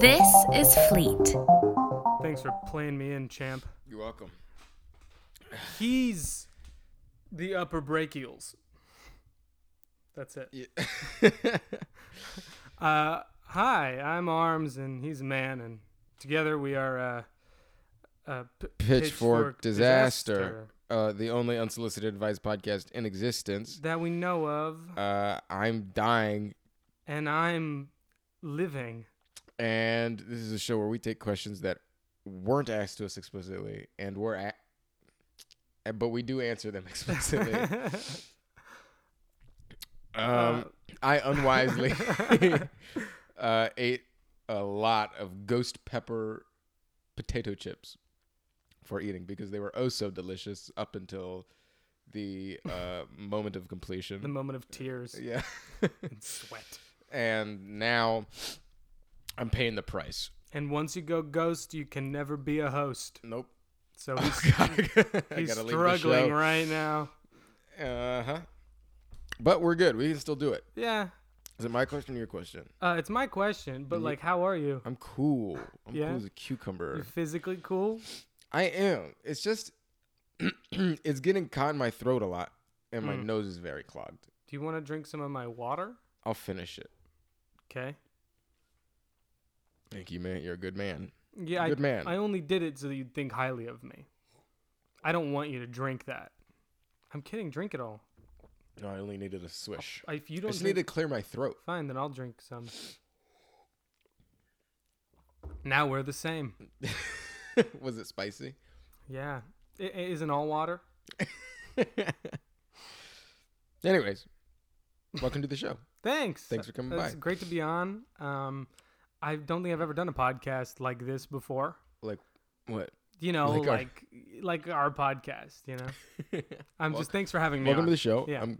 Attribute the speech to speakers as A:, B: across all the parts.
A: This is Fleet.
B: Thanks for playing me in, champ.
C: You're welcome.
B: He's the upper brachials. That's it. Uh, hi, I'm Arms, and he's a man, and together we are uh, uh, p-
C: Pitchfork, disaster. Uh, the only unsolicited advice podcast in existence.
B: that we know of,
C: Uh, I'm dying,
B: and I'm living.
C: and this is a show where we take questions that weren't asked to us explicitly, and we're at, but we do answer them explicitly. um, I unwisely uh, ate a lot of ghost pepper potato chips for eating because they were oh so delicious up until the uh, moment of
B: the
C: completion.
B: moment of tears
C: yeah.
B: and sweat.
C: and now I'm paying the price.
B: And once you go ghost, you can never be a host.
C: Nope.
B: So he's,
C: I
B: he's
C: gotta
B: struggling
C: leave
B: right now.
C: the show. Uh huh. But we're good. We can still do it.
B: Yeah.
C: Is it my question or your question?
B: Uh, it's my question,
C: Mm-hmm.
B: but like, how are you?
C: I'm cool. I'm
B: Yeah?
C: cool as a cucumber.
B: You physically cool?
C: I am. It's just it's getting caught in my throat a lot, and
B: Hmm.
C: my nose is very clogged.
B: Do you want to drink some of my water?
C: I'll finish it.
B: Okay.
C: Thank you, man. You're a good man.
B: Yeah,
C: Good
B: I,
C: man.
B: I only did it so that you'd think highly of me. I don't want you to drink that. I'm kidding. Drink it all.
C: No, I only needed a swish.
B: If you
C: I
B: don't
C: just
B: drink,
C: need to clear my throat.
B: fine, then I'll drink some. Now we're the same.
C: Was it spicy?
B: Yeah. I- i- isn't all water?
C: Anyways, welcome to the show.
B: Thanks.
C: Thanks for coming
B: It's
C: by.
B: Great to be on. Um, I don't think I've ever done a podcast like this before.
C: Like, what?
B: You know,
C: Like our-
B: like like our podcast. You know, I'm just thanks for having me.
C: Welcome
B: on.
C: to the show.
B: Yeah.
C: Um,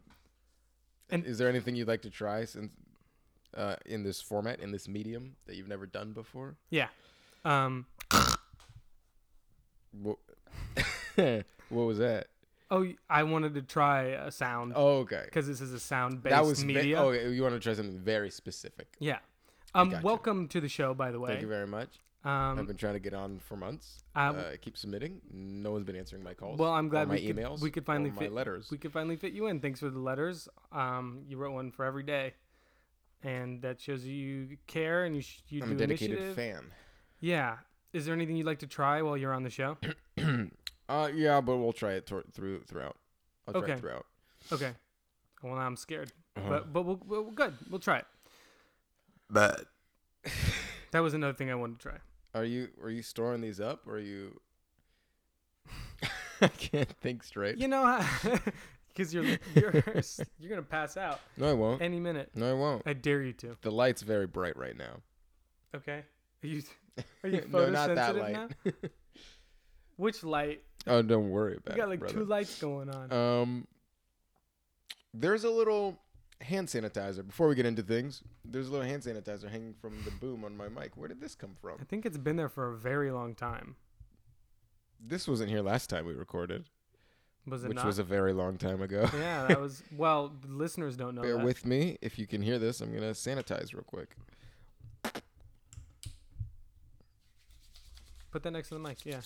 B: And-
C: is there anything you'd like to try since uh, in this format, in this medium that you've never done before?
B: Yeah. Um.
C: What, what was that?
B: Oh, y- I wanted to try a sound
C: Oh, okay.
B: because this is a sound-based
C: That was ve-
B: media.
C: oh, okay, you want to try something very specific.
B: Yeah. Um.
C: gotcha.
B: Welcome to the show, by the way.
C: Thank you very much. I've
B: um.
C: been trying to get on for months.
B: I-
C: uh, I keep submitting. No one's been answering my calls.
B: Well, I'm
C: or
B: glad
C: my
B: we could-
C: emails.
B: we could
C: or
B: finally
C: my
B: fit-
C: letters.
B: We could finally fit you in. Thanks for the letters. Um. You wrote one for every day, and that shows you care and you sh- you
C: I'm
B: do
C: a dedicated
B: initiative.
C: fan.
B: Yeah. Is there anything you'd like to try while you're on the show?
C: Uh, yeah, but we'll try it tor- through throughout. I'll try
B: Okay.
C: it throughout.
B: Okay. Well, now I'm scared.
C: Uh-huh.
B: But but we'll, we'll, good. We'll try it.
C: But
B: That was another thing I wanted to try.
C: are you are you storing these up? Or are you? I can't think straight.
B: You know, because you're you're you're gonna pass out
C: No, I won't.
B: any minute.
C: No, I won't.
B: I dare you to.
C: The light's very bright right now.
B: Okay. Are you are you photosensitive
C: no, not that light.
B: now? Which light?
C: oh, don't worry about
B: You
C: it.
B: got like
C: brother.
B: two lights going on.
C: Um, there's a little hand sanitizer. Before we get into things, there's a little hand sanitizer hanging from the boom on my mic. Where did this come
B: I
C: from?
B: think it's been there for a very long time.
C: This wasn't here last time we recorded,
B: Was it
C: which
B: not?
C: was a very long time ago.
B: yeah, that was. Well, the listeners don't know.
C: Bear
B: that.
C: with me. If you can hear this, I'm gonna sanitize real quick.
B: Put that next to the mic. Yeah,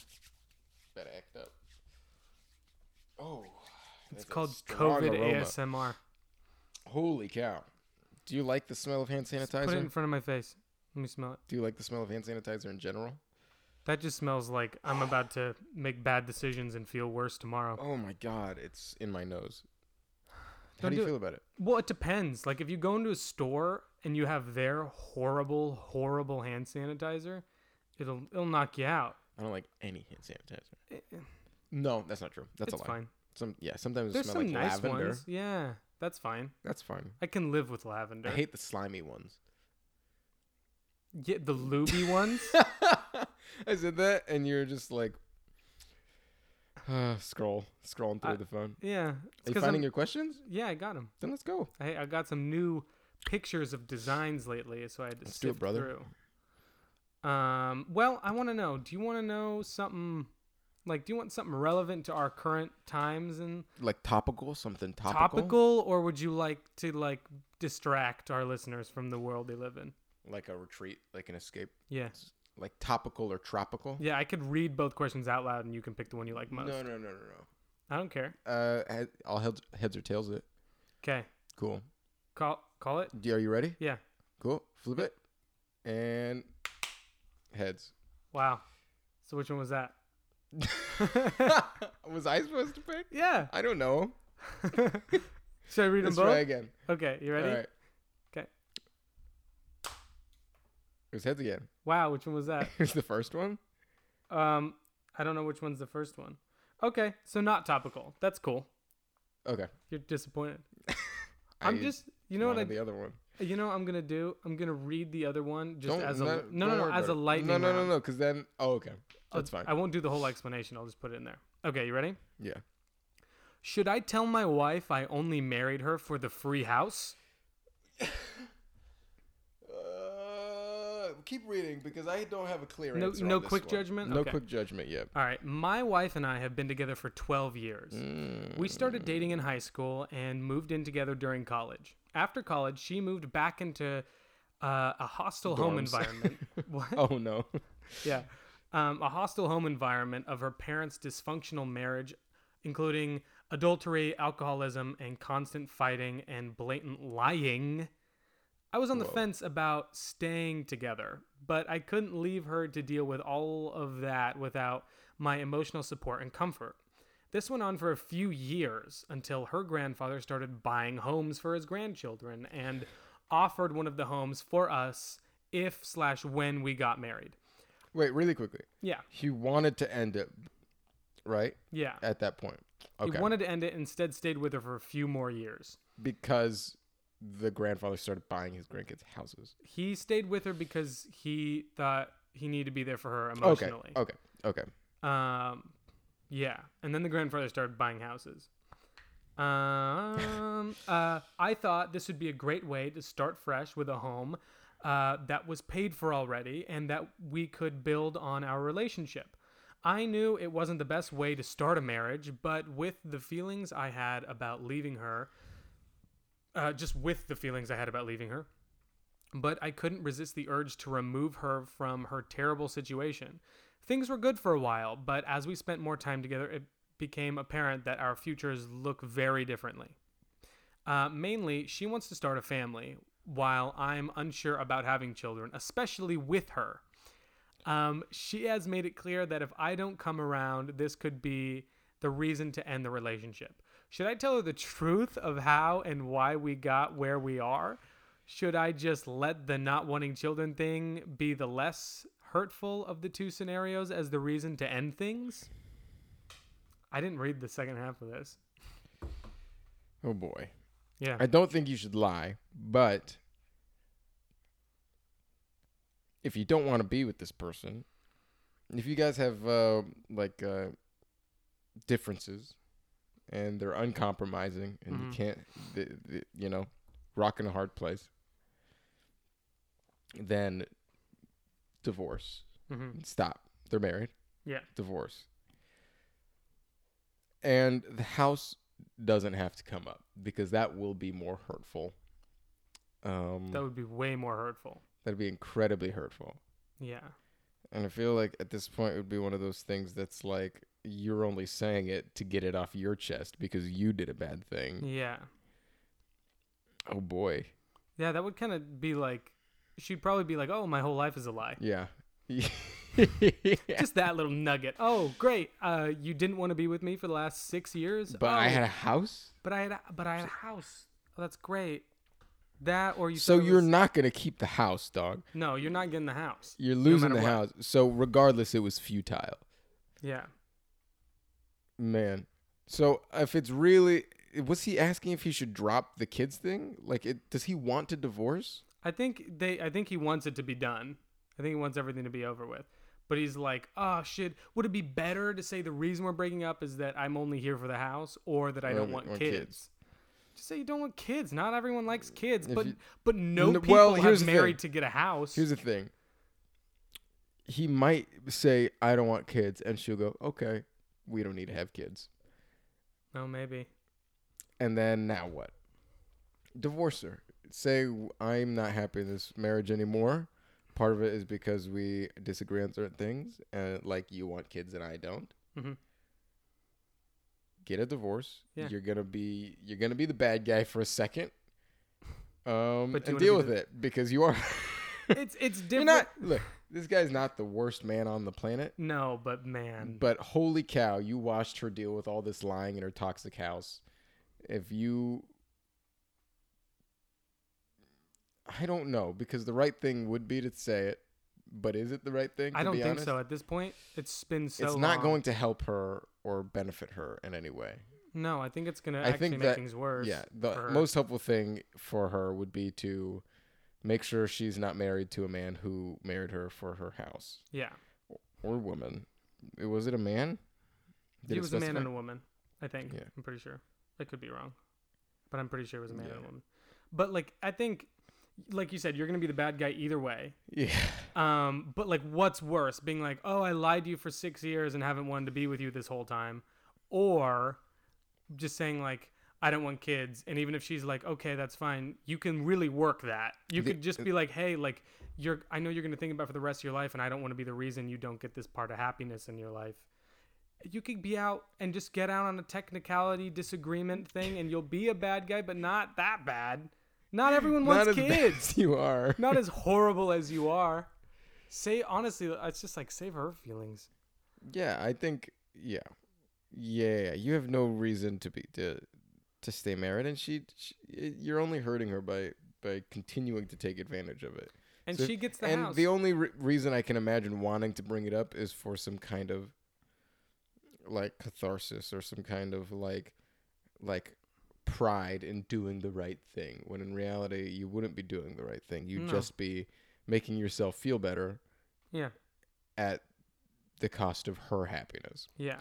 C: Better act up. Oh,
B: it's
C: that's a
B: called
C: strong
B: COVID
C: aroma.
B: ASMR.
C: Holy cow! Do you like the smell of hand sanitizer?
B: Put it in front of my face. Let me smell it.
C: Do you like the smell of hand sanitizer in general?
B: That just smells like I'm about to make bad decisions and feel worse tomorrow.
C: Oh my god, it's in my nose. How
B: Don't
C: do you
B: do it.
C: feel about it?
B: Well, it depends. Like if you go into a store and you have their horrible, horrible hand sanitizer, it'll it'll knock you out.
C: I don't like any hand sanitizer.
B: Eh, eh,
C: No, that's not true. That's
B: it's
C: a lie.
B: fine.
C: Some yeah, sometimes it
B: There's
C: smells
B: some
C: like
B: nice
C: lavender.
B: ones. Yeah, that's fine.
C: That's fine.
B: I can live with lavender.
C: I hate the slimy ones.
B: yeah, the lubey ones.
C: I said that and you're just like uh, scroll, scrolling through
B: I-
C: the phone.
B: Yeah, it's
C: Are you
B: 'cause
C: finding
B: I'm-
C: your questions?
B: yeah, I got them.
C: Then let's go.
B: I, I got some new pictures of designs lately, so I had to
C: Let's
B: sift
C: do it, brother.
B: through. Um, well, I want to know. Do you want to know something? Like, do you want something relevant to our current times and
C: Like topical, something topical.
B: topical, or would you like to like distract our listeners from the world they live in?
C: like a retreat, like an escape,
B: Yeah.
C: like topical or tropical.
B: Yeah, I could read both questions out loud and you can pick the one you like
C: No,
B: most.
C: no, no, no, no.
B: I don't care.
C: Uh, he- all heads, heads or tails. It
B: Okay.
C: cool.
B: Call call it.
C: Do- Are you ready?
B: Yeah.
C: Cool. Flip it, and heads.
B: Wow. So which one was that?
C: Was I supposed to pick?
B: Yeah.
C: I don't know.
B: Should I read them
C: Let's
B: both?
C: try again.
B: Okay, you ready?
C: All right.
B: 'Kay.
C: It was heads again.
B: Wow, which one was that?
C: Here's the first one.
B: Um, I don't know which one's the first one. Okay, so not topical. That's cool.
C: Okay.
B: You're disappointed. I'm
C: I
B: just, you know what I,
C: wanted The other one.
B: you know, what I'm gonna do. I'm gonna read the other one just
C: Don't-
B: as a
C: no,
B: no,
C: don't
B: no, no,
C: worry
B: as
C: about
B: a
C: it.
B: lightning.
C: No, no, no,
B: round.
C: no, because then. Oh, okay.
B: I'll-
C: That's fine.
B: I won't do the whole explanation. I'll just put it in there. Okay, you ready?
C: yeah.
B: Should I tell my wife I only married her for the free house?
C: Uh, keep reading because I don't have a clear
B: No-
C: answer.
B: no
C: on this
B: quick
C: one.
B: judgment?
C: No
B: Okay.
C: quick judgment yet.
B: All right, my wife and I have been together for 12 years.
C: Mm.
B: We started dating in high school and moved in together during college. After college, she moved back into uh, a hostile home
C: Dorms.
B: environment. what?
C: Oh no.
B: Yeah. Um, a hostile home environment of her parents' dysfunctional marriage, including adultery, alcoholism, and constant fighting and blatant lying. I was on the
C: Whoa.
B: fence about staying together, but I couldn't leave her to deal with all of that without my emotional support and comfort. This went on for a few years until her grandfather started buying homes for his grandchildren and offered one of the homes for us if slash when we got married.
C: Wait, really quickly.
B: Yeah,
C: He wanted to end it, right?
B: yeah.
C: At that point. Uh, Okay.
B: He wanted to end it, instead stayed with her for a few more years.
C: because the grandfather started buying his grandkids' houses.
B: He stayed with her because he thought he needed to be there for her
C: Okay. Oh,
B: emotionally.
C: Okay. Okay.
B: Um, yeah. And then the grandfather started buying houses. Um, uh, I thought this would be a great way to start fresh with a home uh, that was paid for already and that we could build on our relationship. I knew it wasn't the best way to start a marriage, but with the feelings I had about leaving her, uh, just with the feelings I had about leaving her, but I couldn't resist the urge to remove her from her terrible situation. Things were good for a while, but as we spent more time together, it became apparent that our futures look very differently. Uh, mainly, she wants to start a family, while I'm unsure about having children, especially with her. Um, she has made it clear that if I don't come around, this could be the reason to end the relationship. Should I tell her the truth of how and why we got where we are? Should I just let the not wanting children thing be the less hurtful of the two scenarios as the reason to end things? I didn't read the second half of this.
C: Oh boy.
B: Yeah.
C: I don't think you should lie, but if you don't want to be with this person, if you guys have uh, like uh, differences and they're uncompromising and
B: Mhm.
C: you can't, th th you know, rocking a hard place, then divorce.
B: hmm
C: Stop. They're married.
B: Yeah.
C: Divorce. And the house doesn't have to come up because that will be more hurtful. Um,
B: That would be way more hurtful.
C: that'd be incredibly hurtful.
B: Yeah.
C: And I feel like at this point it would be one of those things that's like you're only saying it to get it off your chest because you did a bad thing.
B: Yeah.
C: Oh boy.
B: Yeah, that would kind of be like, she'd probably be like, oh, my whole life is a lie.
C: Yeah.
B: Just that little nugget. Oh, great. Uh, you didn't want to be with me for the last six years.
C: But I
B: Oh,
C: had a house?
B: But I had. A, but I had a house. Oh, that's great. That or you.
C: So
B: said it
C: you're
B: was-
C: not going to keep the house, dog.
B: No, you're not getting the house.
C: You're losing
B: matter
C: the
B: what.
C: house. So regardless, it was futile,
B: Yeah.
C: man. So if it's really, was he asking if he should drop the kids thing? Like, it, does he want to divorce?
B: I think they. I think he wants it to be done. I think he wants everything to be over with. But he's like, oh shit. Would it be better to say the reason we're breaking up is that I'm only here for the house, or that I don't
C: Um,
B: want
C: want
B: kids?
C: kids.
B: Just say you don't want kids. Not everyone likes kids,
C: If
B: but
C: you-
B: but no
C: No,
B: people
C: well, here's
B: have
C: the
B: married
C: thing.
B: to get a house.
C: Here's the thing. He might say, "I don't want kids," and she'll go, "Okay, we don't need to have kids."
B: oh, maybe.
C: And then now what? Divorce her. say I'm not happy in this marriage anymore. Part of it is because we disagree on certain things, and like you want kids and I don't.
B: Mhm.
C: Get a divorce.
B: Yeah.
C: You're gonna be you're gonna be the bad guy for a second, um,
B: But do you wanna
C: and
B: be
C: deal with
B: the-
C: it because you are.
B: It's it's
C: you're
B: different.
C: not. Look, this guy's not the worst man on the planet.
B: No, but man,
C: But holy cow, you watched her deal with all this lying in her toxic house. If you. I don't know, because the right thing would be to say it, but is it the right thing? To
B: I don't
C: be
B: think
C: honest?
B: so. At this point, it's been so.
C: it's not
B: long.
C: going to help her or benefit her in any way.
B: No, I think it's gonna
C: I
B: actually
C: think
B: make
C: that-
B: things worse.
C: yeah, the
B: for her.
C: most helpful thing for her would be to make sure she's not married to a man who married her for her house
B: Yeah,
C: or woman. Was it a man?
B: he
C: it
B: was a man
C: specify?
B: and a woman. I think.
C: Yeah.
B: I'm pretty sure. I could be wrong, but I'm pretty sure it was a man and a
C: Yeah.
B: woman. But like, I think, like you said, you're gonna be the bad guy either way.
C: Yeah.
B: Um, but like, what's worse, being like, oh, I lied to you for six years and haven't wanted to be with you this whole time, or just saying like, I don't want kids, and even if she's like, okay, that's fine, you can really work that. You
C: The-
B: could just be like, hey, like, you're, I know you're gonna think about it for the rest of your life, and I don't want to be the reason you don't get this part of happiness in your life. You could be out and just get out on a technicality disagreement thing, and you'll be a bad guy, but not that bad. Not everyone wants
C: as bad
B: kids
C: as you are.
B: not as horrible as you are. Say honestly, it's just like save her feelings.
C: Yeah, I think yeah, yeah. You have no reason to be to to stay married, and she, she you're only hurting her by by continuing to take advantage of it.
B: And
C: So-
B: she gets the
C: and
B: house.
C: the only re- reason I can imagine wanting to bring it up is for some kind of like catharsis or some kind of like like pride in doing the right thing when in reality you wouldn't be doing the right thing you'd
B: No.
C: just be making yourself feel better
B: yeah,
C: at the cost of her happiness
B: yeah.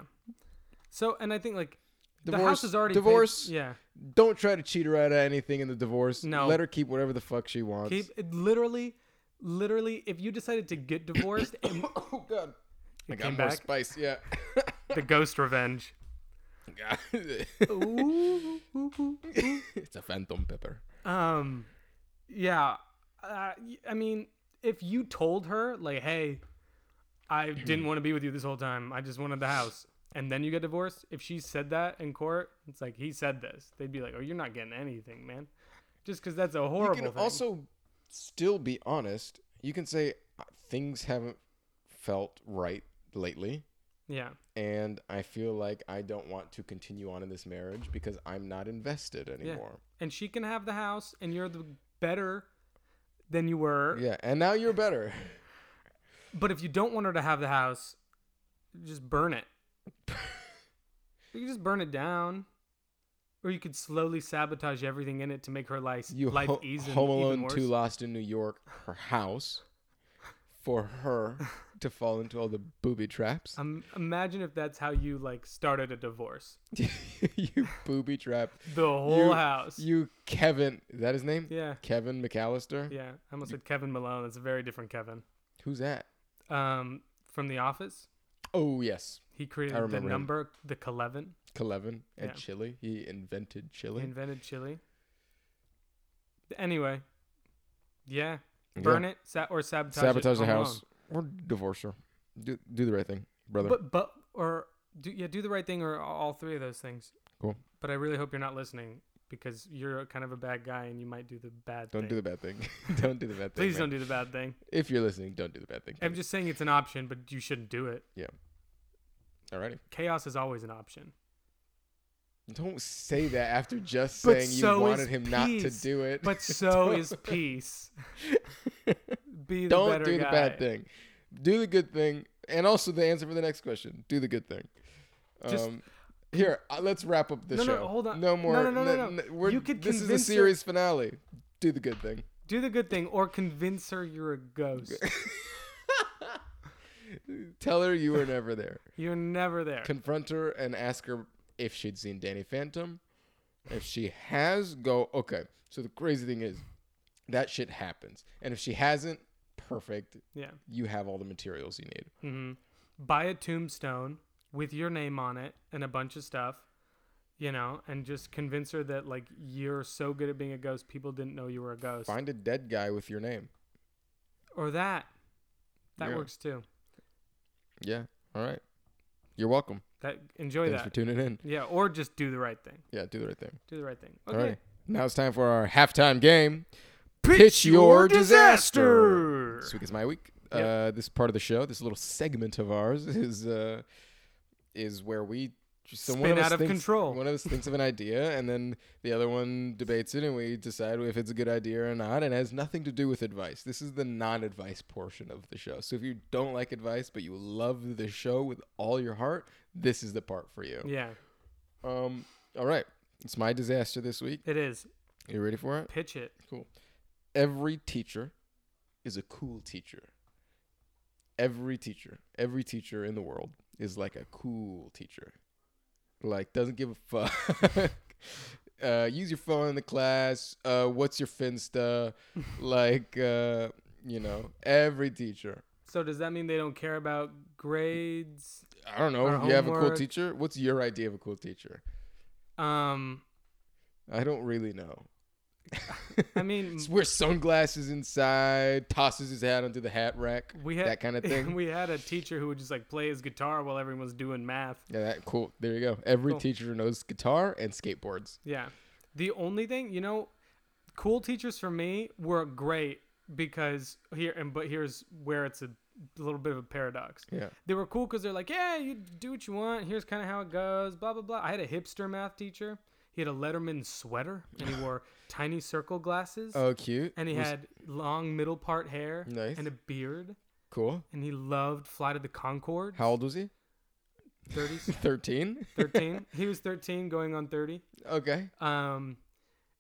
B: So, and I think like the
C: Divorce-
B: house is already paid-
C: divorce.
B: yeah,
C: Don't try to cheat her out of anything in the divorce.
B: No.
C: Let her keep whatever the fuck she wants.
B: keep it literally, literally. If you decided to get divorced, and
C: oh god. I
B: it
C: got
B: came
C: more
B: back
C: spice. Yeah.
B: the ghost revenge.
C: God.
B: Ooh, ooh, ooh.
C: it's a phantom pepper.
B: Um, yeah. Uh, y- I mean, if you told her, like, hey, I didn't want to be with you this whole time, I just wanted the house, and then you get divorced, if she said that in court, it's like, he said this, they'd be like, oh, you're not getting anything, man. Just because that's a
C: You
B: horrible
C: can
B: thing.
C: also still be honest. You can say uh, things haven't felt right lately.
B: yeah.
C: And I feel like I don't want to continue on in this marriage because I'm not invested anymore.
B: And she can have the house, and you're the better than you were.
C: Yeah. And now you're better.
B: But if you don't want her to have the house, just burn it. you can just burn it down. Or you could slowly sabotage everything in it to make her life,
C: You
B: life
C: ho-
B: easy,
C: Home
B: even
C: Alone
B: worse.
C: Two lost in New York her house for her to fall into all the booby traps.
B: Um, imagine if that's how you like started a divorce.
C: you booby trap
B: The whole
C: You-
B: house.
C: you Kevin. Is that his name?
B: yeah.
C: Kevin McAllister.
B: Yeah. I almost said Kevin Malone. That's a very different Kevin.
C: Who's that?
B: Um, from The Office.
C: Oh yes,
B: He created the
C: remember him.
B: number, the Keleven.
C: Clevin and
B: Yeah.
C: chili. He invented
B: He
C: chili.
B: invented chili. Anyway. Yeah. Burn it sa- or sabotage, it,
C: Sabotage the
B: Home Alone.
C: house or divorce her. Do do the right thing, brother.
B: But but or do yeah, do the right thing or all three of those things.
C: Cool.
B: But I really hope you're not listening because you're kind of a bad guy and you might do the bad
C: don't
B: thing.
C: do the bad thing. don't do the bad thing.
B: Please
C: man.
B: don't do the bad thing.
C: If you're listening, don't do the bad thing.
B: I'm just saying it's an option, but you shouldn't do it.
C: Alrighty.
B: Chaos is always an option.
C: Don't say that after just
B: But
C: saying
B: so
C: you
B: is
C: wanted him not to
B: peace.
C: do it.
B: But so is peace. Be the
C: Don't
B: better
C: do the
B: guy.
C: bad thing. Do the good thing, and also the answer for the next question. Do the good thing. Um,
B: Just-
C: here, uh, let's wrap up the
B: No, no,
C: show.
B: hold on.
C: No
B: No,
C: more.
B: no, no, no, no.
C: we're-
B: You could
C: this is the
B: convince her-
C: series finale. Do the good thing.
B: Do the good thing or convince her you're a ghost.
C: Tell her you were never there.
B: You're never there.
C: Confront her and ask her if she'd seen Danny Phantom. If she has, go okay. So the crazy thing is, that shit happens, and if she hasn't, perfect.
B: yeah.
C: You have all the materials you need.
B: buy a tombstone with your name on it and a bunch of stuff you know, and just convince her that like you're so good at being a ghost, people didn't know you were a ghost,
C: Find a dead guy with your name.
B: or that. That
C: Yeah.
B: works too.
C: Yeah. All right. You're welcome.
B: That enjoy
C: Thanks for
B: that.
C: tuning in.
B: yeah, or just do the right thing.
C: Yeah, do the right thing.
B: Do the right thing.
C: All
B: Okay.
C: right. Now it's time for our halftime game.
B: Pitch,
C: your disaster. This week is my week.
B: Yep.
C: Uh, this part of the show, this little segment of ours, is uh, is where we just so one
B: Spin
C: of us
B: out of
C: thinks-
B: control.
C: One of us thinks of an idea, and then the other one debates it, and we decide if it's a good idea or not. And it has nothing to do with advice. This is the non-advice portion of the show. So if you don't like advice, but you love the show with all your heart, this is the part for you.
B: Yeah,
C: Um. All right. It's my disaster this week.
B: it is.
C: You ready for it?
B: Pitch it.
C: Cool. Every teacher is a cool teacher. Every teacher, every teacher in the world is like a cool teacher. Like doesn't give a fuck. uh, use your phone in the class. Uh, what's your finsta? like uh, you know, every teacher.
B: So does that mean they don't care about grades?
C: I don't know.
B: Our
C: you have a cool
B: homework.
C: teacher. What's your idea of a cool teacher?
B: Um,
C: I don't really know.
B: I mean,
C: S- wears sunglasses inside, tosses his hat onto the hat rack,
B: we had
C: that kind of thing.
B: we had a teacher who would just like play his guitar while everyone was doing math.
C: yeah, that cool. There you go. Every
B: Cool.
C: teacher knows guitar and skateboards.
B: Yeah. The only thing, you know, cool teachers for me were great because here and but here's where it's a little bit of a paradox.
C: Yeah.
B: They were cool because they're like, yeah, you do what you want. Here's kind of how it goes. Blah blah blah. I had a hipster math teacher. He had a Letterman sweater and he wore tiny circle glasses.
C: Oh, cute.
B: and he
C: Was-
B: had long middle part hair
C: Nice.
B: and a beard.
C: cool.
B: And he loved Fly to the Concord.
C: How old was he?
B: 30s?
C: Thirteen.
B: 13. he was 13 going on 30.
C: okay.
B: Um,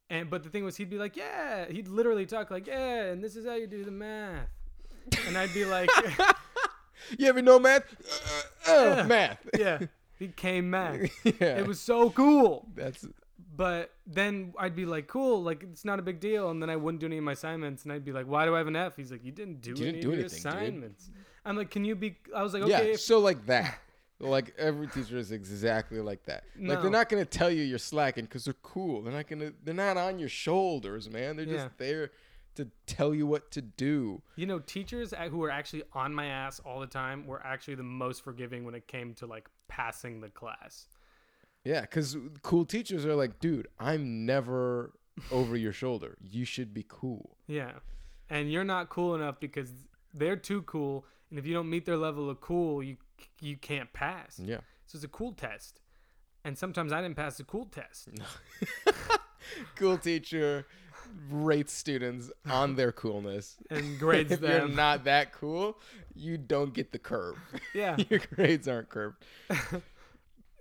B: and but the thing was, he'd be like, "Yeah," he'd literally talk like, "Yeah," and this is how you do the math. And I'd be like,
C: You ever know math? Uh, uh, uh,
B: Yeah.
C: math.
B: "Yeah, he came math.
C: yeah.
B: It was so cool."
C: That's
B: But then I'd be like, "Cool, like it's not a big deal." And then I wouldn't do any of my assignments, and I'd be like, "Why do I have an F?" He's like, "You didn't do,
C: didn't
B: any
C: do
B: of your
C: anything, dude."
B: assignments." I'm like, "Can you be?" I was like, "Okay."
C: yeah.
B: if-
C: So like that. Like every teacher is exactly like that. Like
B: No.
C: they're not gonna tell you you're slacking because they're cool. They're not gonna. They're not on your shoulders, man. They're
B: Yeah.
C: just there to tell you what to do.
B: You know, teachers a- who were actually on my ass all the time were actually the most forgiving when it came to like passing the class.
C: Yeah, because cool teachers are like, dude, I'm never over your shoulder. You should be cool.
B: Yeah. And you're not cool enough because they're too cool. And if you don't meet their level of cool, you you can't pass.
C: Yeah.
B: So it's a cool test. And sometimes I didn't pass the cool test.
C: Cool teacher rates students on their coolness.
B: And grades
C: if you're
B: them.
C: not that cool, you don't get the curve.
B: Yeah.
C: your grades aren't curved.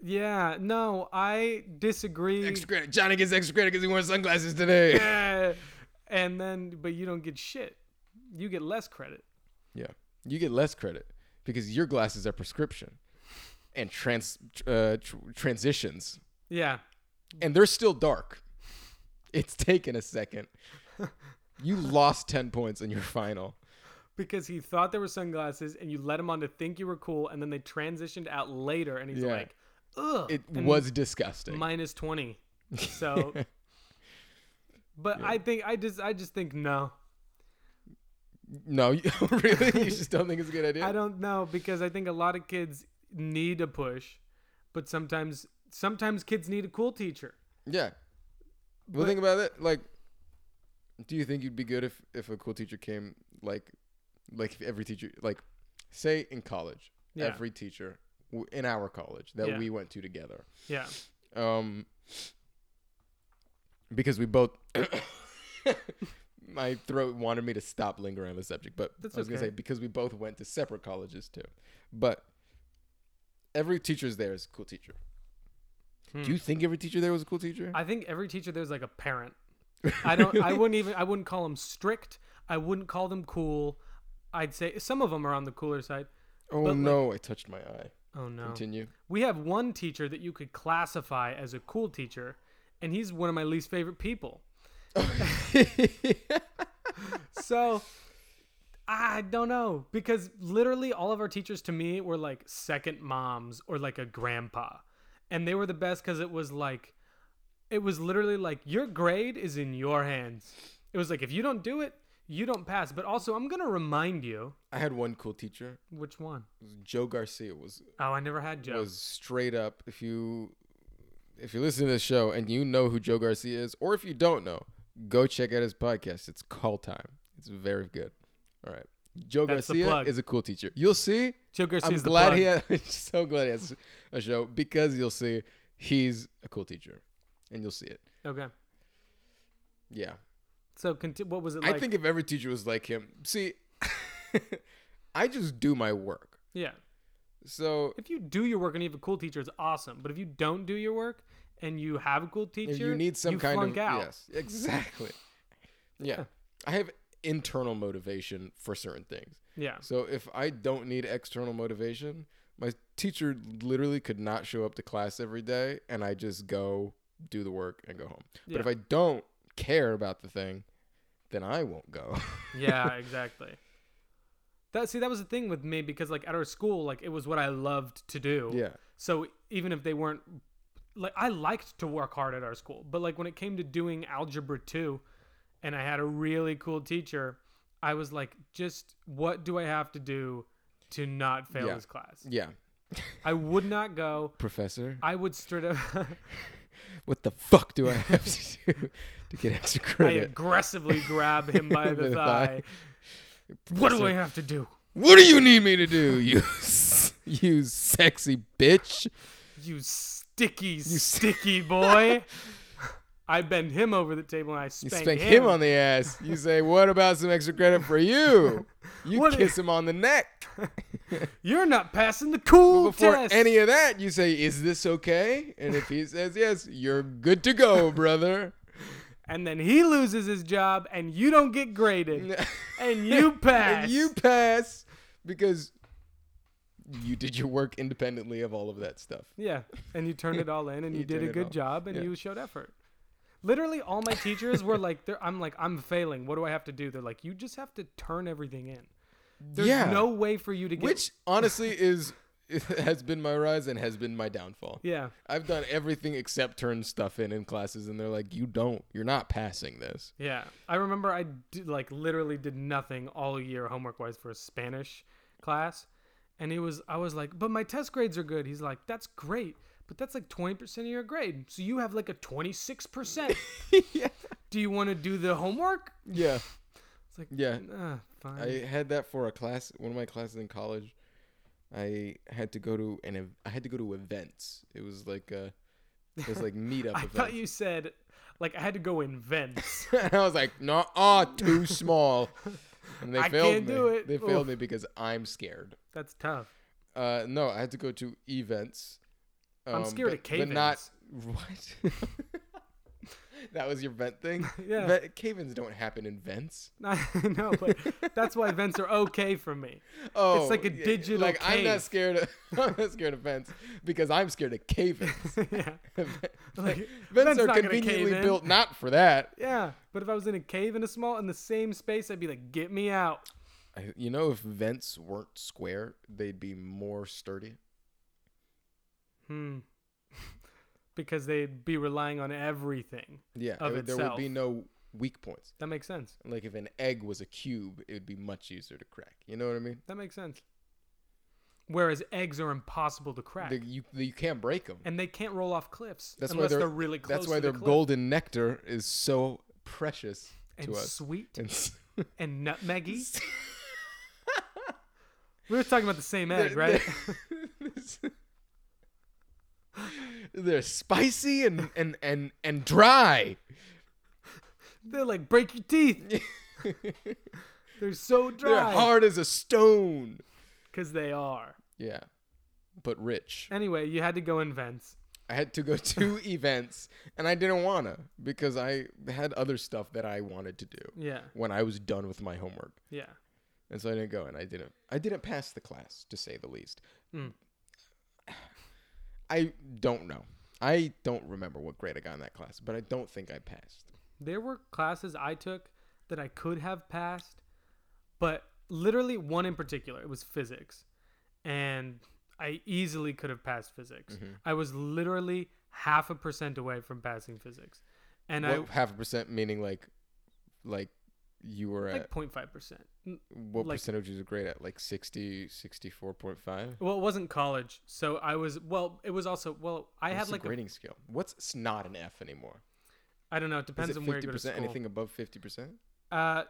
B: Yeah. No, I disagree.
C: Extra credit. Johnny gets extra credit because he wore sunglasses today.
B: Yeah. And then, but you don't get shit. You get less credit.
C: Yeah. You get less credit because your glasses are prescription and trans uh, tr- transitions,
B: Yeah.
C: and they're still dark. It's taken a second. You lost 10 points in your final.
B: Because he thought there were sunglasses and you let him on to think you were cool. And then they transitioned out later. And he's
C: Yeah.
B: like, ugh.
C: It
B: And
C: was disgusting.
B: minus 20 so but i think i just i just think no
C: no, you, really? You just don't think it's a good idea?
B: i don't know because i think a lot of kids need a push but sometimes sometimes kids need a cool teacher
C: yeah. Well,
B: But-
C: think about it. Like, do you think you'd be good if, if a cool teacher came, like, like if every teacher, like, say in college,
B: Yeah.
C: every teacher w- in our college that
B: Yeah.
C: we went to together,
B: yeah
C: um, because we both. My throat wanted me to stop lingering on the subject, but
B: That's
C: I was
B: okay.
C: gonna say because we both went to separate colleges too. But every teacher's there is a cool teacher. Do you think every teacher there was a cool teacher?
B: Hmm. i think every teacher there's like a parent i don't i wouldn't even i wouldn't call them strict i wouldn't call them cool i'd say some of them are on the cooler side
C: oh
B: but, like-
C: no, I touched my eye.
B: oh no
C: Continue.
B: we have one teacher that you could classify as a cool teacher and he's one of my least favorite people so I don't know because literally all of our teachers to me were like second moms or like a grandpa. and they were the best because it was like, it was literally like your grade is in your hands. It was like if you don't do it, you don't pass. But also, I'm gonna remind you
C: I had one cool teacher.
B: which one.
C: It was Joe Garcia was
B: Oh, I never had Joe.
C: was straight up. If you if you listen to this show and you know who Joe Garcia is, or if you don't know, go check out his podcast. It's Call Time. It's very good. All right, Joe
B: That's the
C: Garcia
B: plug.
C: is a cool teacher. You'll see.
B: Joe Garcia's
C: I'm
B: the
C: glad
B: plug.
C: he has, so glad he has a show because you'll see he's a cool teacher, and you'll see it.
B: Okay.
C: Yeah,
B: So conti- what was it like?
C: I think if every teacher was like him, see, I just do my work.
B: yeah.
C: So
B: If you do your work and you have a cool teacher, it's awesome. But if you don't do your work and you have a cool teacher,
C: if you need some
B: you
C: kind
B: flunk
C: of
B: out.
C: yes, exactly. Yeah, I have internal motivation for certain things.
B: Yeah.
C: So if I don't need external motivation, my teacher literally could not show up to class every day, and I just go do the work and go home. But if
B: Yeah.
C: I don't care about the thing, then I won't go.
B: yeah exactly that see that was the thing with me because like at our school like it was what i loved to do
C: yeah,
B: so even if they weren't like i liked to work hard at our school but like when it came to doing algebra 2 and i had a really cool teacher i was like just what do i have to do to not fail
C: Yeah.
B: this class
C: yeah,
B: i would not go
C: professor.
B: i would straight up
C: what the fuck do I have to do to get extra
B: i
C: credit?
B: aggressively grab him by the,
C: The
B: thigh
C: thigh.
B: what do
C: Professor,
B: i have to do
C: What do you need me to do, you s- you sexy bitch?
B: You sticky, sticky boy. I bend him over the table and I
C: You
B: spank,
C: spank him. on the ass. You say, "What about some extra credit for you?" You
B: What i-
C: kiss him on the neck.
B: You're not passing the cool
C: Before
B: test.
C: any of that, you say, "Is this okay?" And if he says yes, you're good to go, brother.
B: and then he loses his job and you don't get graded. and you pass.
C: And you pass because you did your work independently of all of that stuff.
B: yeah. And you turned it all in and you,
C: You
B: did
C: turn
B: a
C: it
B: good
C: all-
B: job and
C: yeah.
B: you showed effort. Literally all my teachers were like, they're, I'm like, I'm failing. What do I have to do? They're like, you just have to turn everything in. There's
C: yeah.
B: no way for you to get
C: Which honestly is has been my rise and has been my downfall.
B: Yeah.
C: I've done everything except turn stuff in in classes, and they're like, "You don't. You're not passing this."
B: Yeah, I remember I did, like literally did nothing all year homework wise for a Spanish class, and he was I was like, but my test grades are good. He's like, that's great, but that's like twenty percent of your grade, so you have like a twenty six percent.
C: yeah.
B: Do you want to do the homework?
C: Yeah.
B: It's like
C: Yeah.
B: "Ah, fine.
C: I had that for a class. One of my classes in college, I had to go to an. ev- I had to go to events. It was like a. It was like meetup.
B: I
C: events.
B: thought you said like I had to go in vents.
C: and I was like, "No, ah, too small." And they
B: I
C: failed
B: can't
C: me.
B: do it.
C: They failed
B: Oof.
C: me because I'm scared.
B: that's tough.
C: Uh, no, I had to go to events. um,
B: I'm scared of
C: but- but Not what? that was your vent thing.
B: Yeah.
C: Vent- cave-ins don't happen in vents.
B: I know, but that's why vents are okay for me.
C: Oh,
B: like a
C: yeah, yeah.
B: digital
C: Like I'm
B: cave.
C: not scared of I'm not scared of vents because I'm scared of cave-ins.
B: yeah,
C: vents,
B: vent's
C: are
B: not gonna cave
C: conveniently
B: in.
C: built not for that.
B: yeah. But if I was in a cave in a small in the same space, I'd be like, get me out.
C: I, you know, if vents weren't square, they'd be more sturdy.
B: Hmm. because they'd be relying on everything.
C: Yeah,
B: Of
C: it would- there would be
B: itself.
C: no weak points.
B: That makes sense.
C: Like if an egg was a cube, it would be much easier to crack. You know what I mean?
B: That makes sense. Whereas eggs are impossible to crack,
C: The, you you can't break them.
B: and they can't roll off cliffs
C: That's why
B: unless
C: they're,
B: they're, really close.
C: That's why
B: to
C: their
B: the cliff.
C: golden nectar is so precious
B: and
C: to us.
B: sweet
C: And s-
B: and nutmeggy. we were talking about the same egg, right?
C: They're spicy and and and and dry.
B: They're like break your teeth. They're so
C: They're
B: dry
C: hard as a stone.
B: because they are.
C: Yeah, but rich.
B: Anyway, you had to go in vents.
C: I had to go to events, and I didn't wanna because I had other stuff that I wanted to do
B: Yeah,
C: when I was done with my homework.
B: yeah.
C: and so I didn't go, and I didn't. I didn't pass the class, to say the least.
B: Mm.
C: I don't know. I don't remember what grade I got in that class, but I don't think I passed.
B: there were classes I took that I could have passed, but literally one in particular, it was physics. And I easily could have passed physics.
C: Mm-hmm.
B: I was literally half a percent away from passing physics, and
C: What, half a percent meaning like, like you were
B: I
C: at
B: like 0.5 percent.
C: what
B: like-
C: percentage was your grade at? Like 60, 64.5?
B: Well, it wasn't college, so I was well. It was also well. I
C: What's
B: had
C: the
B: like a,
C: grading scale. What's s- not an F anymore?
B: I don't know. It depends
C: Is it
B: on where you
C: fifty
B: go to school.
C: percent? Anything above fifty percent?
B: Uh,